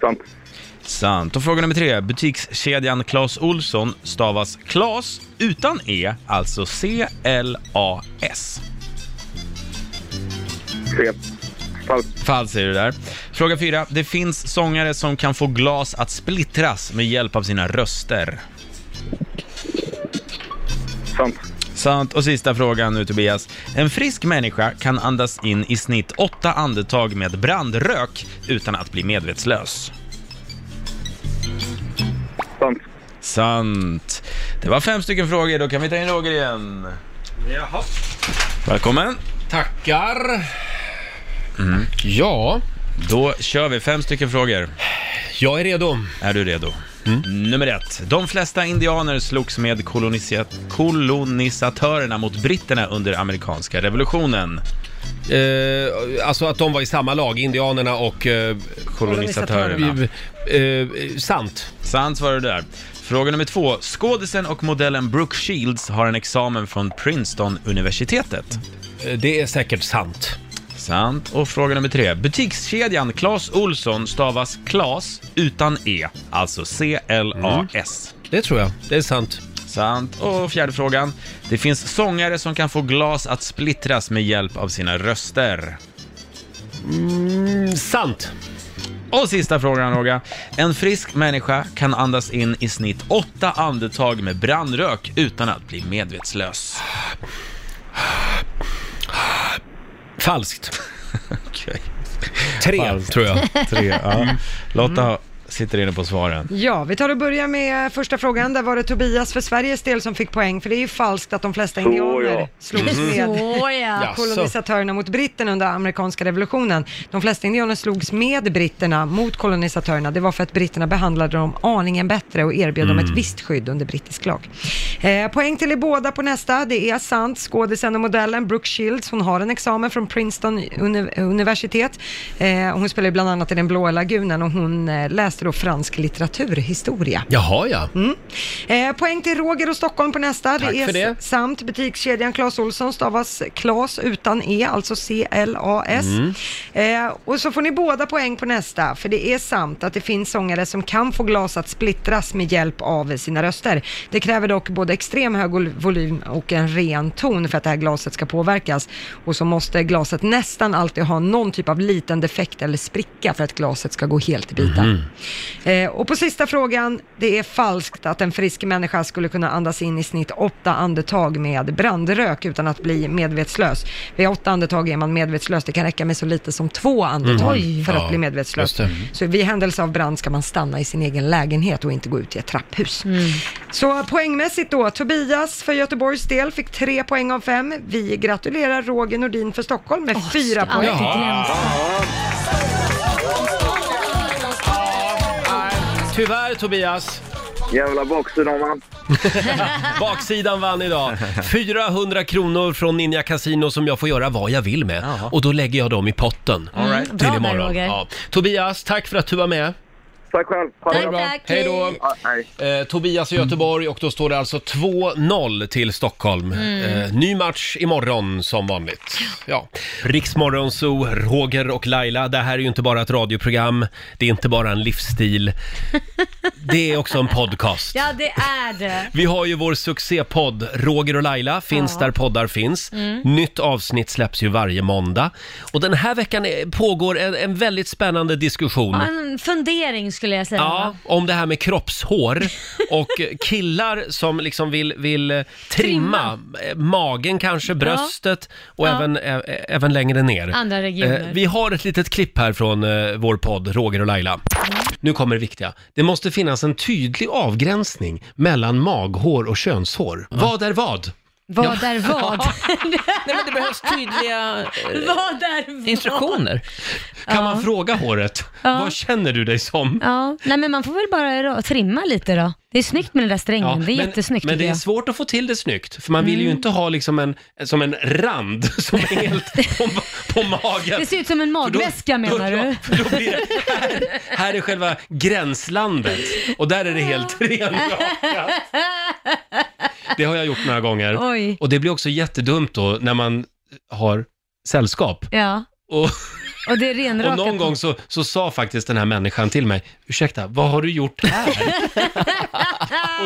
S7: Sant.
S4: Sant. Och fråga nummer tre. Butikskedjan Clas Olsson stavas Clas utan E, alltså C-L-A-S.
S7: Fel. Falskt.
S4: Falskt säger du där. Fråga fyra. Det finns sångare som kan få glas att splittras med hjälp av sina röster.
S7: Sant.
S4: Sant. Och sista frågan nu Tobias. En frisk människa kan andas in i snitt åtta andetag med brandrök utan att bli medvetslös.
S7: Sant.
S4: Sant. Det var fem stycken frågor, då kan vi ta in Roger igen. Jaha. Välkommen.
S1: Tackar! Ja,
S4: Då kör vi fem stycken frågor.
S1: jag är redo.
S4: Är du redo? Nummer ett. De flesta indianer slogs med kolonisa- kolonisatörerna mot britterna under amerikanska revolutionen.
S1: Eh, alltså att de var i samma lag, indianerna och eh,
S4: Kolonisatörerna.
S1: Eh, eh, sant.
S4: Sant var det där. Fråga nummer två. Skådisen och modellen Brooke Shields har en examen från Princeton-universitetet.
S1: Eh, Det är säkert sant.
S4: Sant. Och fråga nummer tre. Butikskedjan Clas Olsson stavas Clas utan E, alltså C-L-A-S.
S1: Det tror jag. Det är sant.
S4: Sant. Och fjärde frågan. Det finns sångare som kan få glas att splittras med hjälp av sina röster.
S1: Mm, sant.
S4: Och sista frågan Roga. En frisk människa kan andas in i snitt åtta andetag med brandrök utan att bli medvetslös.
S1: Falskt.
S4: [laughs] Okej. Mm.
S1: Tre,
S4: Falskt.
S1: tror jag.
S4: Tre, ja. Lotta sitter inne på svaren.
S2: Ja, vi tar och börjar med första frågan. Där var det Tobias för Sveriges del som fick poäng, för det är ju falskt att de flesta indianer
S7: ja.
S3: [laughs]
S2: slogs
S3: Mm.
S2: med
S3: Såja.
S2: kolonisatörerna mot britterna under amerikanska revolutionen. De flesta indianer slogs med britterna mot kolonisatörerna. Det var för att britterna behandlade dem aningen bättre och erbjöd dem ett visst skydd under brittisk lag. Eh, poäng till er båda på nästa. Det är sant. Skådisen och modellen Brooke Shields, hon har en examen från Princeton uni- universitet. Eh, hon spelar ju bland annat i Den blåa lagunen och hon eh, läste då fransk litteraturhistoria.
S1: Jaha, ja.
S2: Mm. Eh, poäng till Roger och Stockholm på nästa.
S1: Tack
S2: är
S1: för det.
S2: s- Samt butikskedjan Clas Ohlson stavas Clas utan E, alltså C-L-A-S.
S1: Mm.
S2: Eh, och så får ni båda poäng på nästa, för det är sant att det finns sångare som kan få glas att splittras med hjälp av sina röster. Det kräver dock både extrem hög vol- volym och en ren ton för att det här glaset ska påverkas. Och så måste glaset nästan alltid ha någon typ av liten defekt eller spricka för att glaset ska gå helt i bitar.
S1: Mhm.
S2: Eh, och på sista frågan, det är falskt att en frisk människa skulle kunna andas in i snitt åtta andetag med brandrök utan att bli medvetslös. Vid åtta andetag är man medvetslös, det kan räcka med så lite som två andetag för att
S1: Mm. Ja,
S2: bli medvetslös.
S1: just det.
S2: Så vid händelse av brand ska man stanna i sin egen lägenhet och inte gå ut i ett trapphus.
S1: Mm.
S2: Så poängmässigt då, Tobias för Göteborgs del fick tre poäng av fem. Vi gratulerar Roger Nordin för Stockholm med fyra poäng.
S3: Alltid glänsa.
S1: Tyvärr, Tobias.
S7: Jävla boxer de vann.
S1: [laughs] Baksidan vann idag. 400 kronor från Ninja Casino som jag får göra vad jag vill med.
S4: Jaha.
S1: Och då lägger jag dem i potten.
S4: All right.
S1: Till
S3: Mm. Bra där,
S1: imorgon.
S3: Roger.
S1: Ja. Tobias, tack för att du var med.
S7: Tack själv. Ha det
S3: Tack,
S7: bra.
S3: tack.
S1: Hej då.
S7: Ja, hej.
S1: Eh, Tobias i Göteborg och då står det alltså 2-0 till Stockholm.
S3: Mm.
S1: Eh, ny match imorgon som vanligt. Ja. Riksmorgon Zoo, Roger och Laila. Det här är ju inte bara ett radioprogram, det är inte bara en livsstil. Det är också en podcast.
S3: Ja, det är det.
S1: Vi har ju vår succépodd Roger och Laila, finns där poddar finns. Nytt avsnitt släpps ju varje måndag. Och den här veckan är- pågår en, en väldigt spännande diskussion.
S3: Ja, En fundering skulle jag säga.
S1: Ja, om det här med kroppshår och killar som liksom vill, vill eh, trimma, eh, magen kanske, bröstet och
S3: Ja.
S1: Även, ä, ä- även längre ner.
S3: Andra regioner.
S1: Eh, Vi har ett litet klipp här från eh, vår podd Roger och Laila.
S3: Mm.
S1: Nu kommer det viktiga. Det måste finnas en tydlig avgränsning mellan maghår och könshår. Vad är vad?
S3: Vad är vad?
S11: Nej, men det behövs tydliga eh,
S3: vad är vad?
S11: instruktioner.
S1: Kan man fråga håret? Vad känner du dig som?
S3: Ja, nej men man får väl bara ra- trimma lite då. Det är snyggt med den där strängen, Mm, det är
S1: men,
S3: jättesnyggt
S1: Men
S3: tycker
S1: det är
S3: jag. Mm.
S1: svårt att få till det snyggt, för man vill ju inte ha liksom en, som en rand [laughs] som är
S3: [laughs]
S1: helt på, på magen.
S3: Det ser ut som en
S1: För då-
S3: magväska menar
S1: då,
S3: du?
S1: Då, då blir det, här, här är själva gränslandet och där är det
S3: [laughs]
S1: helt renrakat. Det har jag gjort några gånger.
S3: Oj.
S1: Och det blir också jättedumt då när man har sällskap.
S3: Ja,
S1: Och,
S3: och det är renrakat.
S1: och någon gång så, så sa faktiskt den här människan till mig, ursäkta, vad har du
S3: [laughs]
S1: gjort här?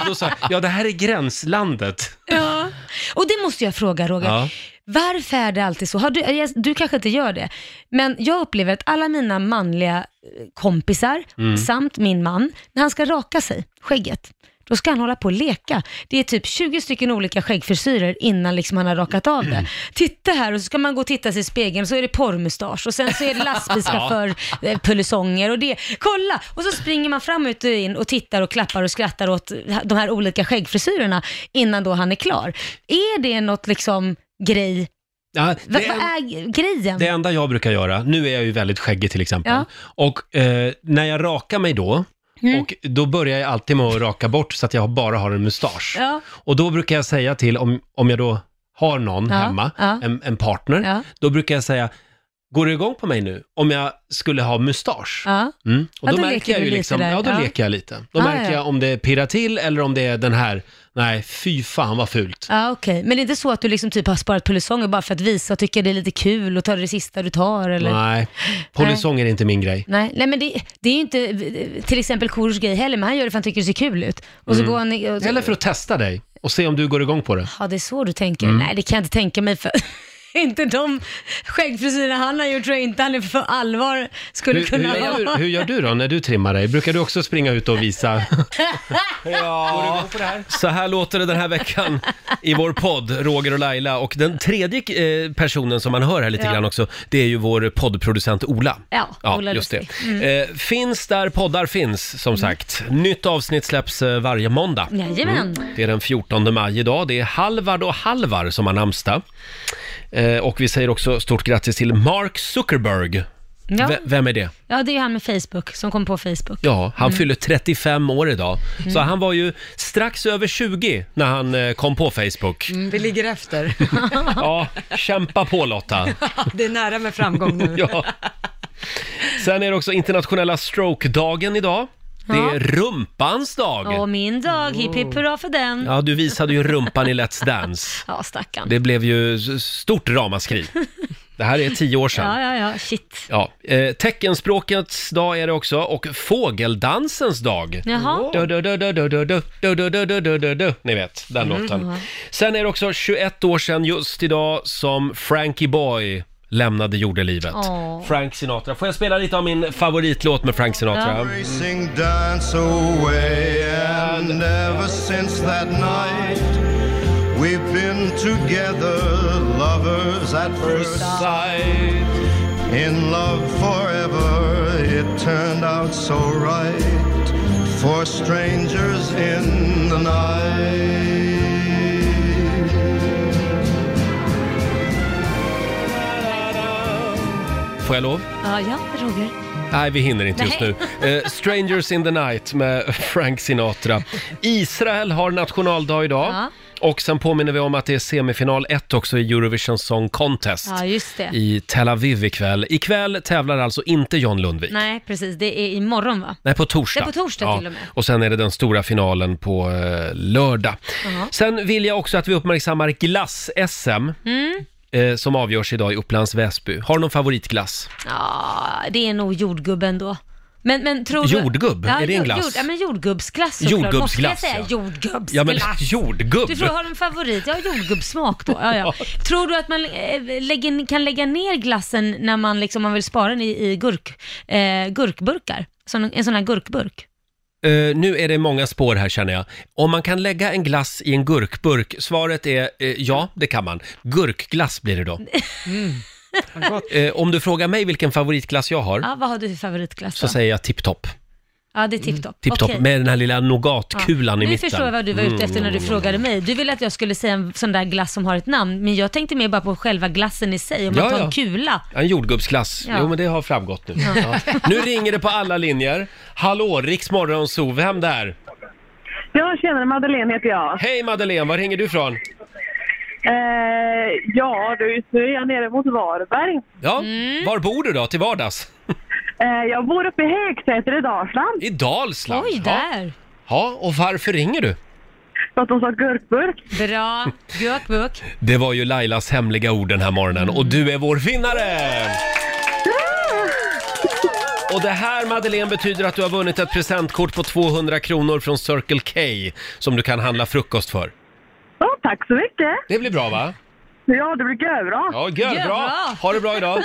S1: och då sa jag, ja det här är gränslandet.
S3: Ja. Och det måste jag fråga Roger.
S1: Ja.
S3: Varför är det alltid så? Har du, jag- du kanske inte gör det, men jag upplever att alla mina manliga eh, kompisar,
S1: Mm.
S3: samt min man, när han ska raka sig, skägget, då ska han hålla på och leka. Det är typ 20 stycken olika skäggfrisyrer innan liksom han har rakat av
S1: Mm.
S3: det. Titta här och så ska man gå och titta sig i spegeln så är det porrmustasch och sen så är det
S1: [laughs]
S3: lastbilschaufför, eh, pullisonger och det. Kolla! Och så springer man fram ut och in och tittar och klappar och skrattar åt de här olika skäggfrisyrerna innan då han är klar. Är det något liksom grej
S1: Ja,
S3: Va,
S1: det,
S3: vad är grejen?
S1: det enda jag brukar göra, nu är jag ju väldigt skäggig till exempel,
S3: Ja.
S1: och eh, när jag rakar mig då,
S3: Mm.
S1: och då börjar jag alltid med att raka bort så att jag bara har en mustasch.
S3: Ja.
S1: Och då brukar jag säga till, om, om jag då har någon
S3: Ja,
S1: hemma,
S3: ja.
S1: En, en partner,
S3: Ja.
S1: då brukar jag säga, går du igång på mig nu om jag skulle ha mustasch?
S3: Ja.
S1: Mm. Och
S3: Ja,
S1: då,
S3: då
S1: märker
S3: leker
S1: jag
S3: du
S1: ju
S3: lite
S1: liksom,
S3: där.
S1: ja då
S3: Ja.
S1: leker jag lite. Då
S3: Ah,
S1: märker
S3: ja.
S1: jag om det pirrar till eller om det är den här, nej fy fan vad fult.
S3: Ja, okej. Men det är inte så att du liksom typ har sparat polisonger bara för att visa och tycka det är lite kul och ta det sista du tar eller?
S1: Nej, polisonger är inte min grej.
S3: Nej, nej men det, det är ju inte eh, till exempel Korosh grej heller, men han gör det för att han tycker det ser kul ut. Och så
S1: Mm.
S3: går han... Och,
S1: Eller för att testa dig och se om du går igång på det.
S3: Ja, det är så du tänker.
S1: Mm.
S3: Nej, det kan jag inte tänka mig för... [laughs] Inte de skäggfrisyrer han har gjort tror jag inte han är för allvar skulle
S1: Hur, hur,
S3: kunna
S1: gör
S3: ha.
S1: du, hur gör du då när du trimmar dig? Brukar du också springa ut
S3: [laughs]
S1: och visa?
S4: Ja.
S1: Så här låter det den här veckan i vår podd, Roger och Laila. Och den tredje eh, personen som man hör här lite
S3: Ja.
S1: grann också, det är ju vår poddproducent Ola.
S3: Ja,
S1: Ja,
S3: Ola
S1: just det.
S3: Lustig. Mm.
S1: Eh, finns där poddar finns, som sagt. Nytt avsnitt släpps eh, varje måndag.
S3: Jajamän.
S1: Det är den 14 maj idag. Det är Halvard och Halvar som har namnsdag. Eh, och vi säger också stort grattis till Mark Zuckerberg.
S3: Ja.
S1: V- vem är det?
S3: Ja, det är ju han med Facebook, som kom på Facebook.
S1: Ja, han
S3: Mm.
S1: fyller 35 år idag. Så
S3: Mm.
S1: han var ju strax över 20 när han eh, kom på Facebook.
S2: Mm, vi ligger efter.
S1: [laughs] Ja, kämpa på Lotta.
S2: Det är nära med framgång nu.
S1: Ja. Sen är det också internationella stroke-dagen idag. Det
S3: Ja.
S1: är rumpans dag.
S3: Och min dag, hipp hipp hurra för den. Ja,
S1: Ja, du visade ju rumpan i Let's Dance.
S3: stackarn.
S1: Det blev ju s- stort ramaskri. Det här är tio år sedan.
S3: Ja, ja, ja, shit.
S1: Ja, eh, teckenspråkets dag är det också och fågeldansens dag.
S3: Jaha.
S1: Du, du, du, du, du, du, du, du, du, du, du, du, du, du. Ni vet, den
S3: Mm.
S1: låten.
S3: Ja.
S1: Sen är det också 21 år sedan just idag som Frankie Boy lämnade jordelivet.
S12: Åh.
S1: Frank Sinatra. Får jag spela lite av min favoritlåt med Frank Sinatra?
S12: Racing dance away, and ever since that night, we've been together, lovers at first sight. In love forever, it turned out so right for strangers in the night.
S1: Får jag lov?
S3: Ja, ja, Roger.
S1: Nej, vi hinner inte just
S3: Nej.
S1: nu. Eh, Strangers in the Night med Frank Sinatra. Israel har nationaldag idag.
S3: Ja.
S1: Och sen påminner vi om att det är semifinal 1 också i Eurovision Song Contest
S3: Ja, just det.
S1: i Tel Aviv ikväll. Ikväll tävlar alltså inte John Lundvik. Nej,
S3: Nej, precis. Det är imorgon va?
S1: på torsdag.
S3: Det är på torsdag till och med.
S1: Och sen är det den stora finalen på eh, lördag.
S3: Jaha.
S1: Sen vill jag också att vi uppmärksammar glass-SM
S3: Mm.
S1: eh, som avgörs idag i Upplands Väsby. Har du någon favoritglass?
S3: Ja, det är nog jordgubben då. Men, men tror du...
S1: Jordgubb? Är det en
S3: jord-
S1: glass?
S3: Jord, ja, men jordgubbsglass såklart. Måste jag
S1: Jordgubbsglass,
S3: säga
S1: ja.
S3: jordgubbsglass?
S1: Ja, men jordgubb!
S3: Du frågar har du en favorit? Jag har jordgubbssmak då. Ja,
S1: [laughs]
S3: ja. Tror du att man eh, lägger, kan lägga ner glassen när man, liksom, man vill spara den i, i gurk, eh, gurkburkar? Som en, en sån här gurkburk.
S1: Eh, nu är det många spår här känner jag. Om man kan lägga en glass i en gurkburk, svaret är eh, ja, det kan man. Gurkglass blir
S3: [laughs]
S1: det då.
S3: Mm.
S1: Eh, om du frågar mig vilken favoritglass jag har,
S3: Ja, vad har du för favoritglass då?
S1: så säger jag tipptopp.
S3: Ja, det är tipptopp.
S1: Tipptopp,
S3: Okej.
S1: med den här lilla nougatkulan
S3: Ja.
S1: i
S3: Nu
S1: mitten.
S3: förstår jag vad du var ute efter när du
S1: Mm.
S3: frågade mig. Du ville att jag skulle säga en sån där glass som har ett namn, men jag tänkte mer bara på själva glassen i sig. Om man
S1: Ja,
S3: tar
S1: ja.
S3: en kula.
S1: En jordgubbsglass.
S3: Ja.
S1: Jo, men det har framgått nu. Ja.
S3: Ja.
S1: Nu ringer det på alla linjer. Hallå, Riks Morgonzoo, vem där?
S9: Ja, tjenare, Madeleine heter jag.
S1: Hej Madeleine, var ringer du ifrån?
S9: Eh, ja, du, nu är jag nere mot Varberg.
S1: Ja,
S3: Mm.
S1: var bor du då till vardags?
S9: Eh, jag bor uppe i Högsäter i Dalsland.
S1: I Dalsland?
S9: Oj,
S3: där!
S1: Ja, och varför ringer du?
S9: För att de sa gurkburk.
S3: Bra. Gurkburk.
S1: Det var ju Lailas hemliga ord den här morgonen och du är vår vinnare! Och det här Madeleine betyder att du har vunnit ett presentkort på 200 kronor från Circle K som du kan handla frukost för.
S9: Ja, tack så mycket.
S1: Det blir bra va?
S9: Ja, det blir görbra.
S1: Ja, gör bra. Ha det bra idag!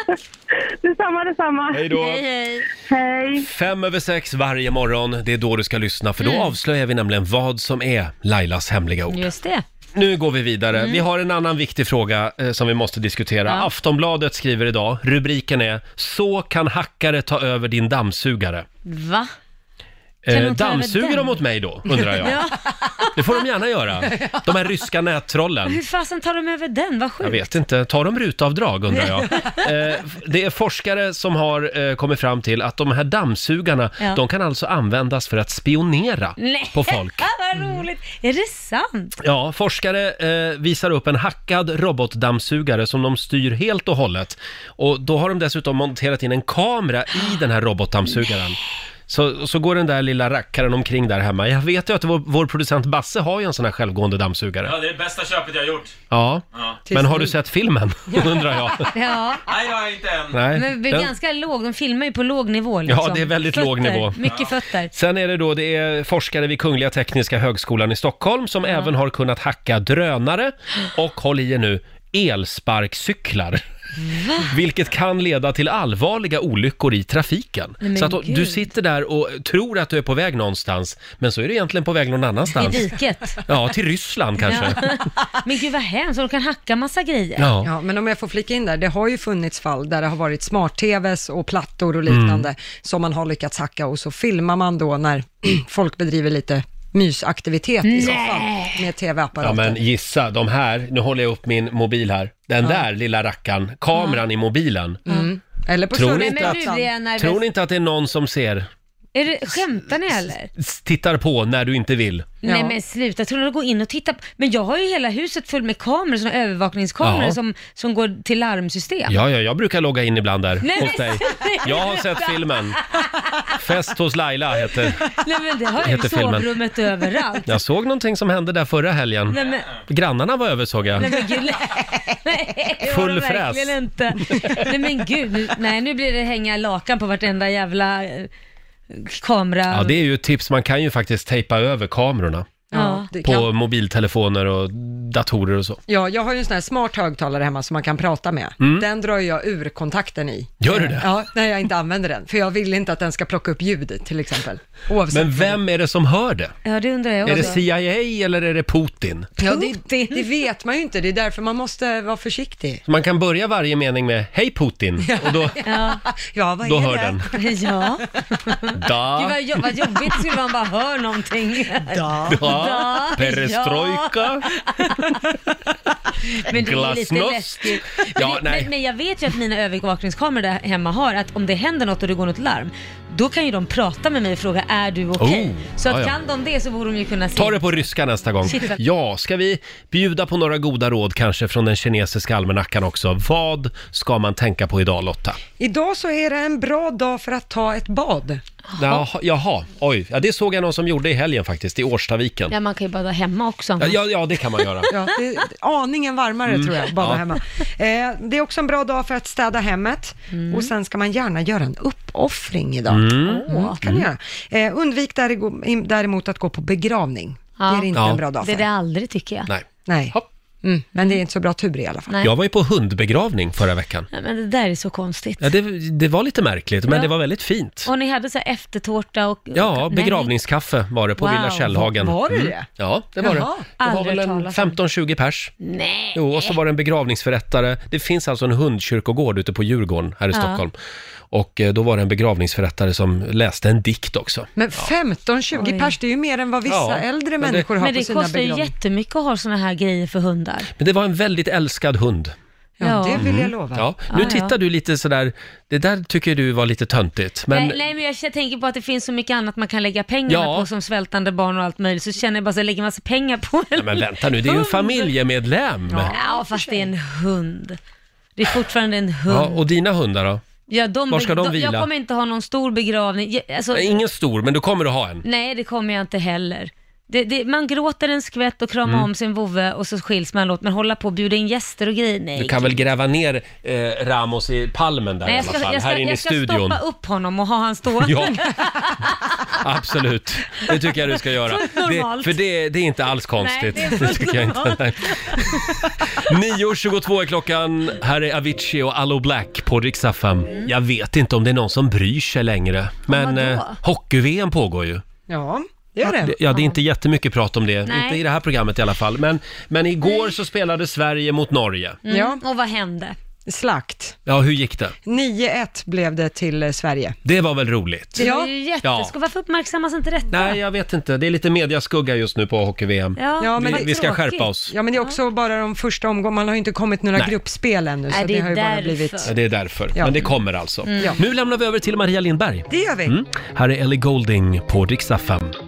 S9: detsamma, detsamma.
S1: [laughs] Hej då. Hej,
S9: Hej.
S1: Fem över sex varje morgon, det är då du ska lyssna för då
S3: Mm.
S1: avslöjar vi nämligen vad som är Lailas hemliga ord.
S3: Just det.
S1: Nu går vi vidare.
S3: Mm.
S1: Vi har en annan viktig fråga eh, som vi måste diskutera.
S3: Ja.
S1: Aftonbladet skriver idag, rubriken är “Så kan hackare ta över din dammsugare”.
S3: Va? Kan
S1: Eh,
S3: de ta över
S1: dammsuger
S3: den?
S1: de åt mig då, undrar jag.
S3: [laughs] Ja.
S1: Det får de
S3: [laughs]
S1: gärna göra. De här ryska nättrollen.
S3: Hur fasen tar de över den? Vad
S1: Jag
S3: sjukt.
S1: vet inte, tar de rutavdrag
S3: [laughs]
S1: undrar jag. Eh, f- det är forskare som har eh, kommit fram till att de här dammsugarna,
S3: Ja.
S1: de kan alltså användas för att spionera
S3: Nej, [laughs]
S1: på folk.
S3: vad roligt. Är det sant?
S1: Ja, forskare eh, visar upp en hackad robotdammsugare som de styr helt och hållet. Och då har de dessutom monterat in en kamera i den här robotdammsugaren. Så, så går den där lilla rackaren omkring där hemma. Jag vet ju att vår, vår producent Basse har ju en sån här självgående dammsugare.
S4: det är det bästa köpet jag har gjort.
S1: Ja,
S4: Ja.
S1: men har du sett filmen? [laughs]
S3: [laughs]
S1: undrar jag.
S3: Ja.
S4: Nej, jag har inte än.
S1: Nej,
S3: Men vi är
S1: den-
S3: ganska låg, de filmar ju på låg nivå
S1: Ja,
S3: liksom.
S1: det är väldigt låg nivå.
S3: Mycket
S1: Ja.
S3: fötter.
S1: Sen är det då, det är forskare vid Kungliga Tekniska Högskolan i Stockholm som även har kunnat hacka drönare och, håll i er nu, elsparkcyklar. Vilket kan leda till allvarliga olyckor i trafiken.
S3: Nej, men
S1: så att
S3: gud.
S1: du sitter där och tror att du är på väg någonstans, men så är du egentligen på väg någon
S3: I
S1: annanstans.
S3: diket.
S1: Ja, till Ryssland kanske.
S3: Ja. Men gud vad hemskt, de kan hacka massa grejer.
S1: Ja.
S2: Ja, men om jag får flika in där, det har ju funnits fall där det har varit smart-tvs och plattor och liknande
S1: Mm.
S2: som man har lyckats hacka och så filmar man då när [clears throat] folk bedriver lite mysaktivitet i soffan med
S1: Ja,
S2: tv-apparater.
S1: men gissa, de här, nu håller jag upp min mobil här, den
S2: Ja.
S1: där lilla rackaren, kameran i mobilen.
S2: Mm. Eller på
S1: Tror ni,
S3: Men
S1: inte att,
S3: du det är när
S1: tror ni inte att det är någon som ser,
S3: Är det, skämtar ni eller?
S1: s- tittar på när du inte vill?
S3: Nej men sluta, tror ni att gå in och titta? på- Men jag har ju hela huset fullt med kameror, såna övervakningskameror
S1: Ja.
S3: som, som går till larmsystem.
S1: Ja, ja, jag brukar logga in ibland där
S3: Nej,
S1: hos
S3: men [laughs]
S1: dig.
S3: sluta.
S1: Jag har sett filmen. Fest hos Laila heter
S3: Nej men det har ju
S1: Heter filmen.
S3: sovrummet
S1: [laughs]
S3: överallt.
S1: Jag såg någonting som hände där förra helgen.
S3: Nej men,
S1: Grannarna var över såg
S3: nej
S1: jag.
S3: men gud, nej, nej, det
S1: Full
S3: var de
S1: fräs.
S3: verkligen inte. Nej men gud, nu, nej nu blir det hänga lakan på vartenda jävla eh, kamera.
S1: Ja, det är ju ett tips. Man kan ju faktiskt tejpa över kamerorna.
S3: Ja,
S2: det
S1: På
S2: kan-
S1: mobiltelefoner och datorer och så.
S2: Ja, jag har ju en sån här smart högtalare hemma som man kan prata med.
S1: Mm.
S2: Den drar jag ur kontakten i.
S1: Gör du det?
S2: Ja, när jag inte använder den, för jag vill inte att den ska plocka upp ljud till exempel. Oavsett.
S1: Men vem är det som hör det?
S3: Ja, det undrar jag
S1: Är det
S3: också.
S1: CIA eller är det Putin?
S2: Ja, det, det vet man ju inte, det är därför man måste vara försiktig.
S1: Så man kan börja varje mening med Hej Putin och då...
S3: Ja,
S2: ja vad
S1: Då
S2: är
S1: hör
S2: det?
S1: den.
S3: Ja. Gud
S1: Da,
S3: vad, jo- vad jobbigt skulle man bara hör någonting.
S1: Da. Da. Perestrojka. [laughs]
S3: Men det är lite
S1: Glasnost. [laughs]
S3: läskigt.
S1: Ja,
S3: men,
S1: nej.
S3: Men, men jag vet ju att mina övervakningskameror där hemma har att om det händer något och det går något larm, då kan ju de prata med mig och fråga är du okej?
S1: Oh,
S3: så att
S1: ja, ja.
S3: kan de det så borde de ju kunna se.
S1: ta det på ryska nästa gång.
S3: Shit, vad-
S1: Ja, ska vi bjuda på några goda råd kanske från den kinesiska almanackan också? Vad ska man tänka på idag Lotta?
S2: Idag så är det en bra dag för att ta ett bad.
S1: Jaha, jaha. oj. Ja, det såg jag någon som gjorde i helgen faktiskt, i Årstaviken.
S3: Ja, man kan ju bada hemma också.
S1: Ja, ja, ja det kan
S3: [laughs]
S1: man göra.
S2: Ja, det är aningen varmare
S1: Mm,
S2: tror jag, bada
S1: ja.
S2: hemma. Eh, det är också en bra dag för att städa hemmet och sen ska man gärna göra en uppoffring idag.
S1: Mm.
S2: Mm, kan ni göra. Eh, undvik därego- däremot att gå på begravning. Det är inte
S1: Ja.
S2: en bra dag
S3: Det
S2: för.
S3: är det aldrig tycker jag.
S1: Nej.
S2: Nej. Mm, men det är inte så bra tur i alla fall.
S3: Nej.
S1: Jag var ju på hundbegravning förra veckan.
S3: Nej, men det där är så konstigt.
S1: Ja, det, det var lite märkligt, men
S3: Ja.
S1: det var väldigt fint.
S3: Och ni hade så här eftertårta och...
S1: Ja,
S3: Nej.
S1: begravningskaffe var det på
S3: Wow.
S1: Villa Källhagen.
S3: Var det
S1: Mm.
S3: det?
S1: Ja, det var
S3: Jaha.
S1: det. Det var
S3: Aldrig
S1: väl
S3: hört
S1: en
S3: talas om.
S1: 15-20 pers.
S3: Nej.
S1: Jo, och så var det en begravningsförrättare. Det finns alltså en hundkyrkogård ute på Djurgården här i
S2: Ja.
S1: Stockholm. Och eh, då var det en begravningsförrättare som läste en dikt också.
S2: Men 15-20 pers, det är ju mer än vad vissa
S1: Ja,
S2: äldre
S1: men det-
S2: människor har
S3: Men
S2: på
S3: det
S2: sina
S3: kostar ju
S2: begravningar.
S3: jättemycket att ha såna här grejer för hundar.
S1: Men det var en väldigt älskad hund.
S3: Ja,
S2: det vill jag
S1: Mm.
S2: lova.
S1: Ja. Nu
S3: Ah, Ja, ja.
S1: tittar du lite sådär, det där tycker du var lite töntigt. Men
S3: Nej, nej, men jag tänker på att det finns så mycket annat man kan lägga pengarna
S1: Ja.
S3: på som svältande barn och allt möjligt. Så känner jag bara så jag lägger massa pengar på en.
S1: Nej, men vänta nu, det är ju en familjemedlem.
S3: Ja, fast det är en hund. Det är fortfarande en hund.
S1: Ja,
S3: Ja,
S1: och dina hundar då?
S3: de
S1: Var ska de vila?
S3: Jag kommer inte ha någon stor begravning. Jag- Alltså,
S1: Nej, Ingen stor, men du kommer att ha en.
S3: Nej, det kommer jag inte heller. Det, det, man gråter en skvätt och kramar
S1: Mm.
S3: om sin vovve och så skiljs man åt. Men hålla på och bjuda in gäster och grejer, nej.
S1: Du kan väl gräva ner eh, Ramos i palmen där
S3: Nej,
S1: i
S3: jag
S1: alla
S3: ska,
S1: fall,
S3: jag ska,
S1: här inne i
S3: jag ska
S1: studion.
S3: stoppa upp honom och ha han stående.
S1: [laughs] Ja, Absolut, det tycker jag du
S3: [laughs]
S1: ska göra.
S3: Fullt
S1: Det,
S3: normalt.
S1: för det, det är inte alls konstigt.
S3: Nej, det är fullt
S1: tycker jag inte.
S3: normalt.
S1: Nej. 9.22 är klockan. Här är Avicii och Allo Black på Rix FM.
S3: Mm.
S1: Jag vet inte om det är någon som bryr sig längre, men
S2: vadå?
S1: eh, hockey-VM pågår ju.
S2: Ja, det gör det.
S1: Det- Ja, det är inte jättemycket prat om det.
S3: Nej.
S1: Inte i det här programmet i alla fall. Men, men igår så spelade Sverige mot Norge.
S3: Mm. Och vad hände?
S2: slakt.
S1: Ja, hur gick det?
S2: 9-1 blev det till eh, Sverige.
S1: Det var väl roligt?
S3: Det var ju jätteskoj. Varför uppmärksammas inte detta?
S1: Nej, jag vet inte. Det är lite mediaskugga just nu på hockey-VM. vi, vi ska skärpa oss.
S2: Ja, men det är också bara de första omgångarna. Man har ju inte kommit några
S1: Nej.
S2: gruppspel ännu, så
S3: Nej,
S2: det,
S3: det är
S2: har ju bara
S3: därför.
S2: blivit...
S1: Ja, det är därför.
S2: Ja.
S1: Men det kommer alltså.
S2: Mm. Ja.
S1: Nu lämnar vi över till Maria Lindberg. Mm.
S2: Det gör vi.
S1: Här är Ellie Golding på Rix FM.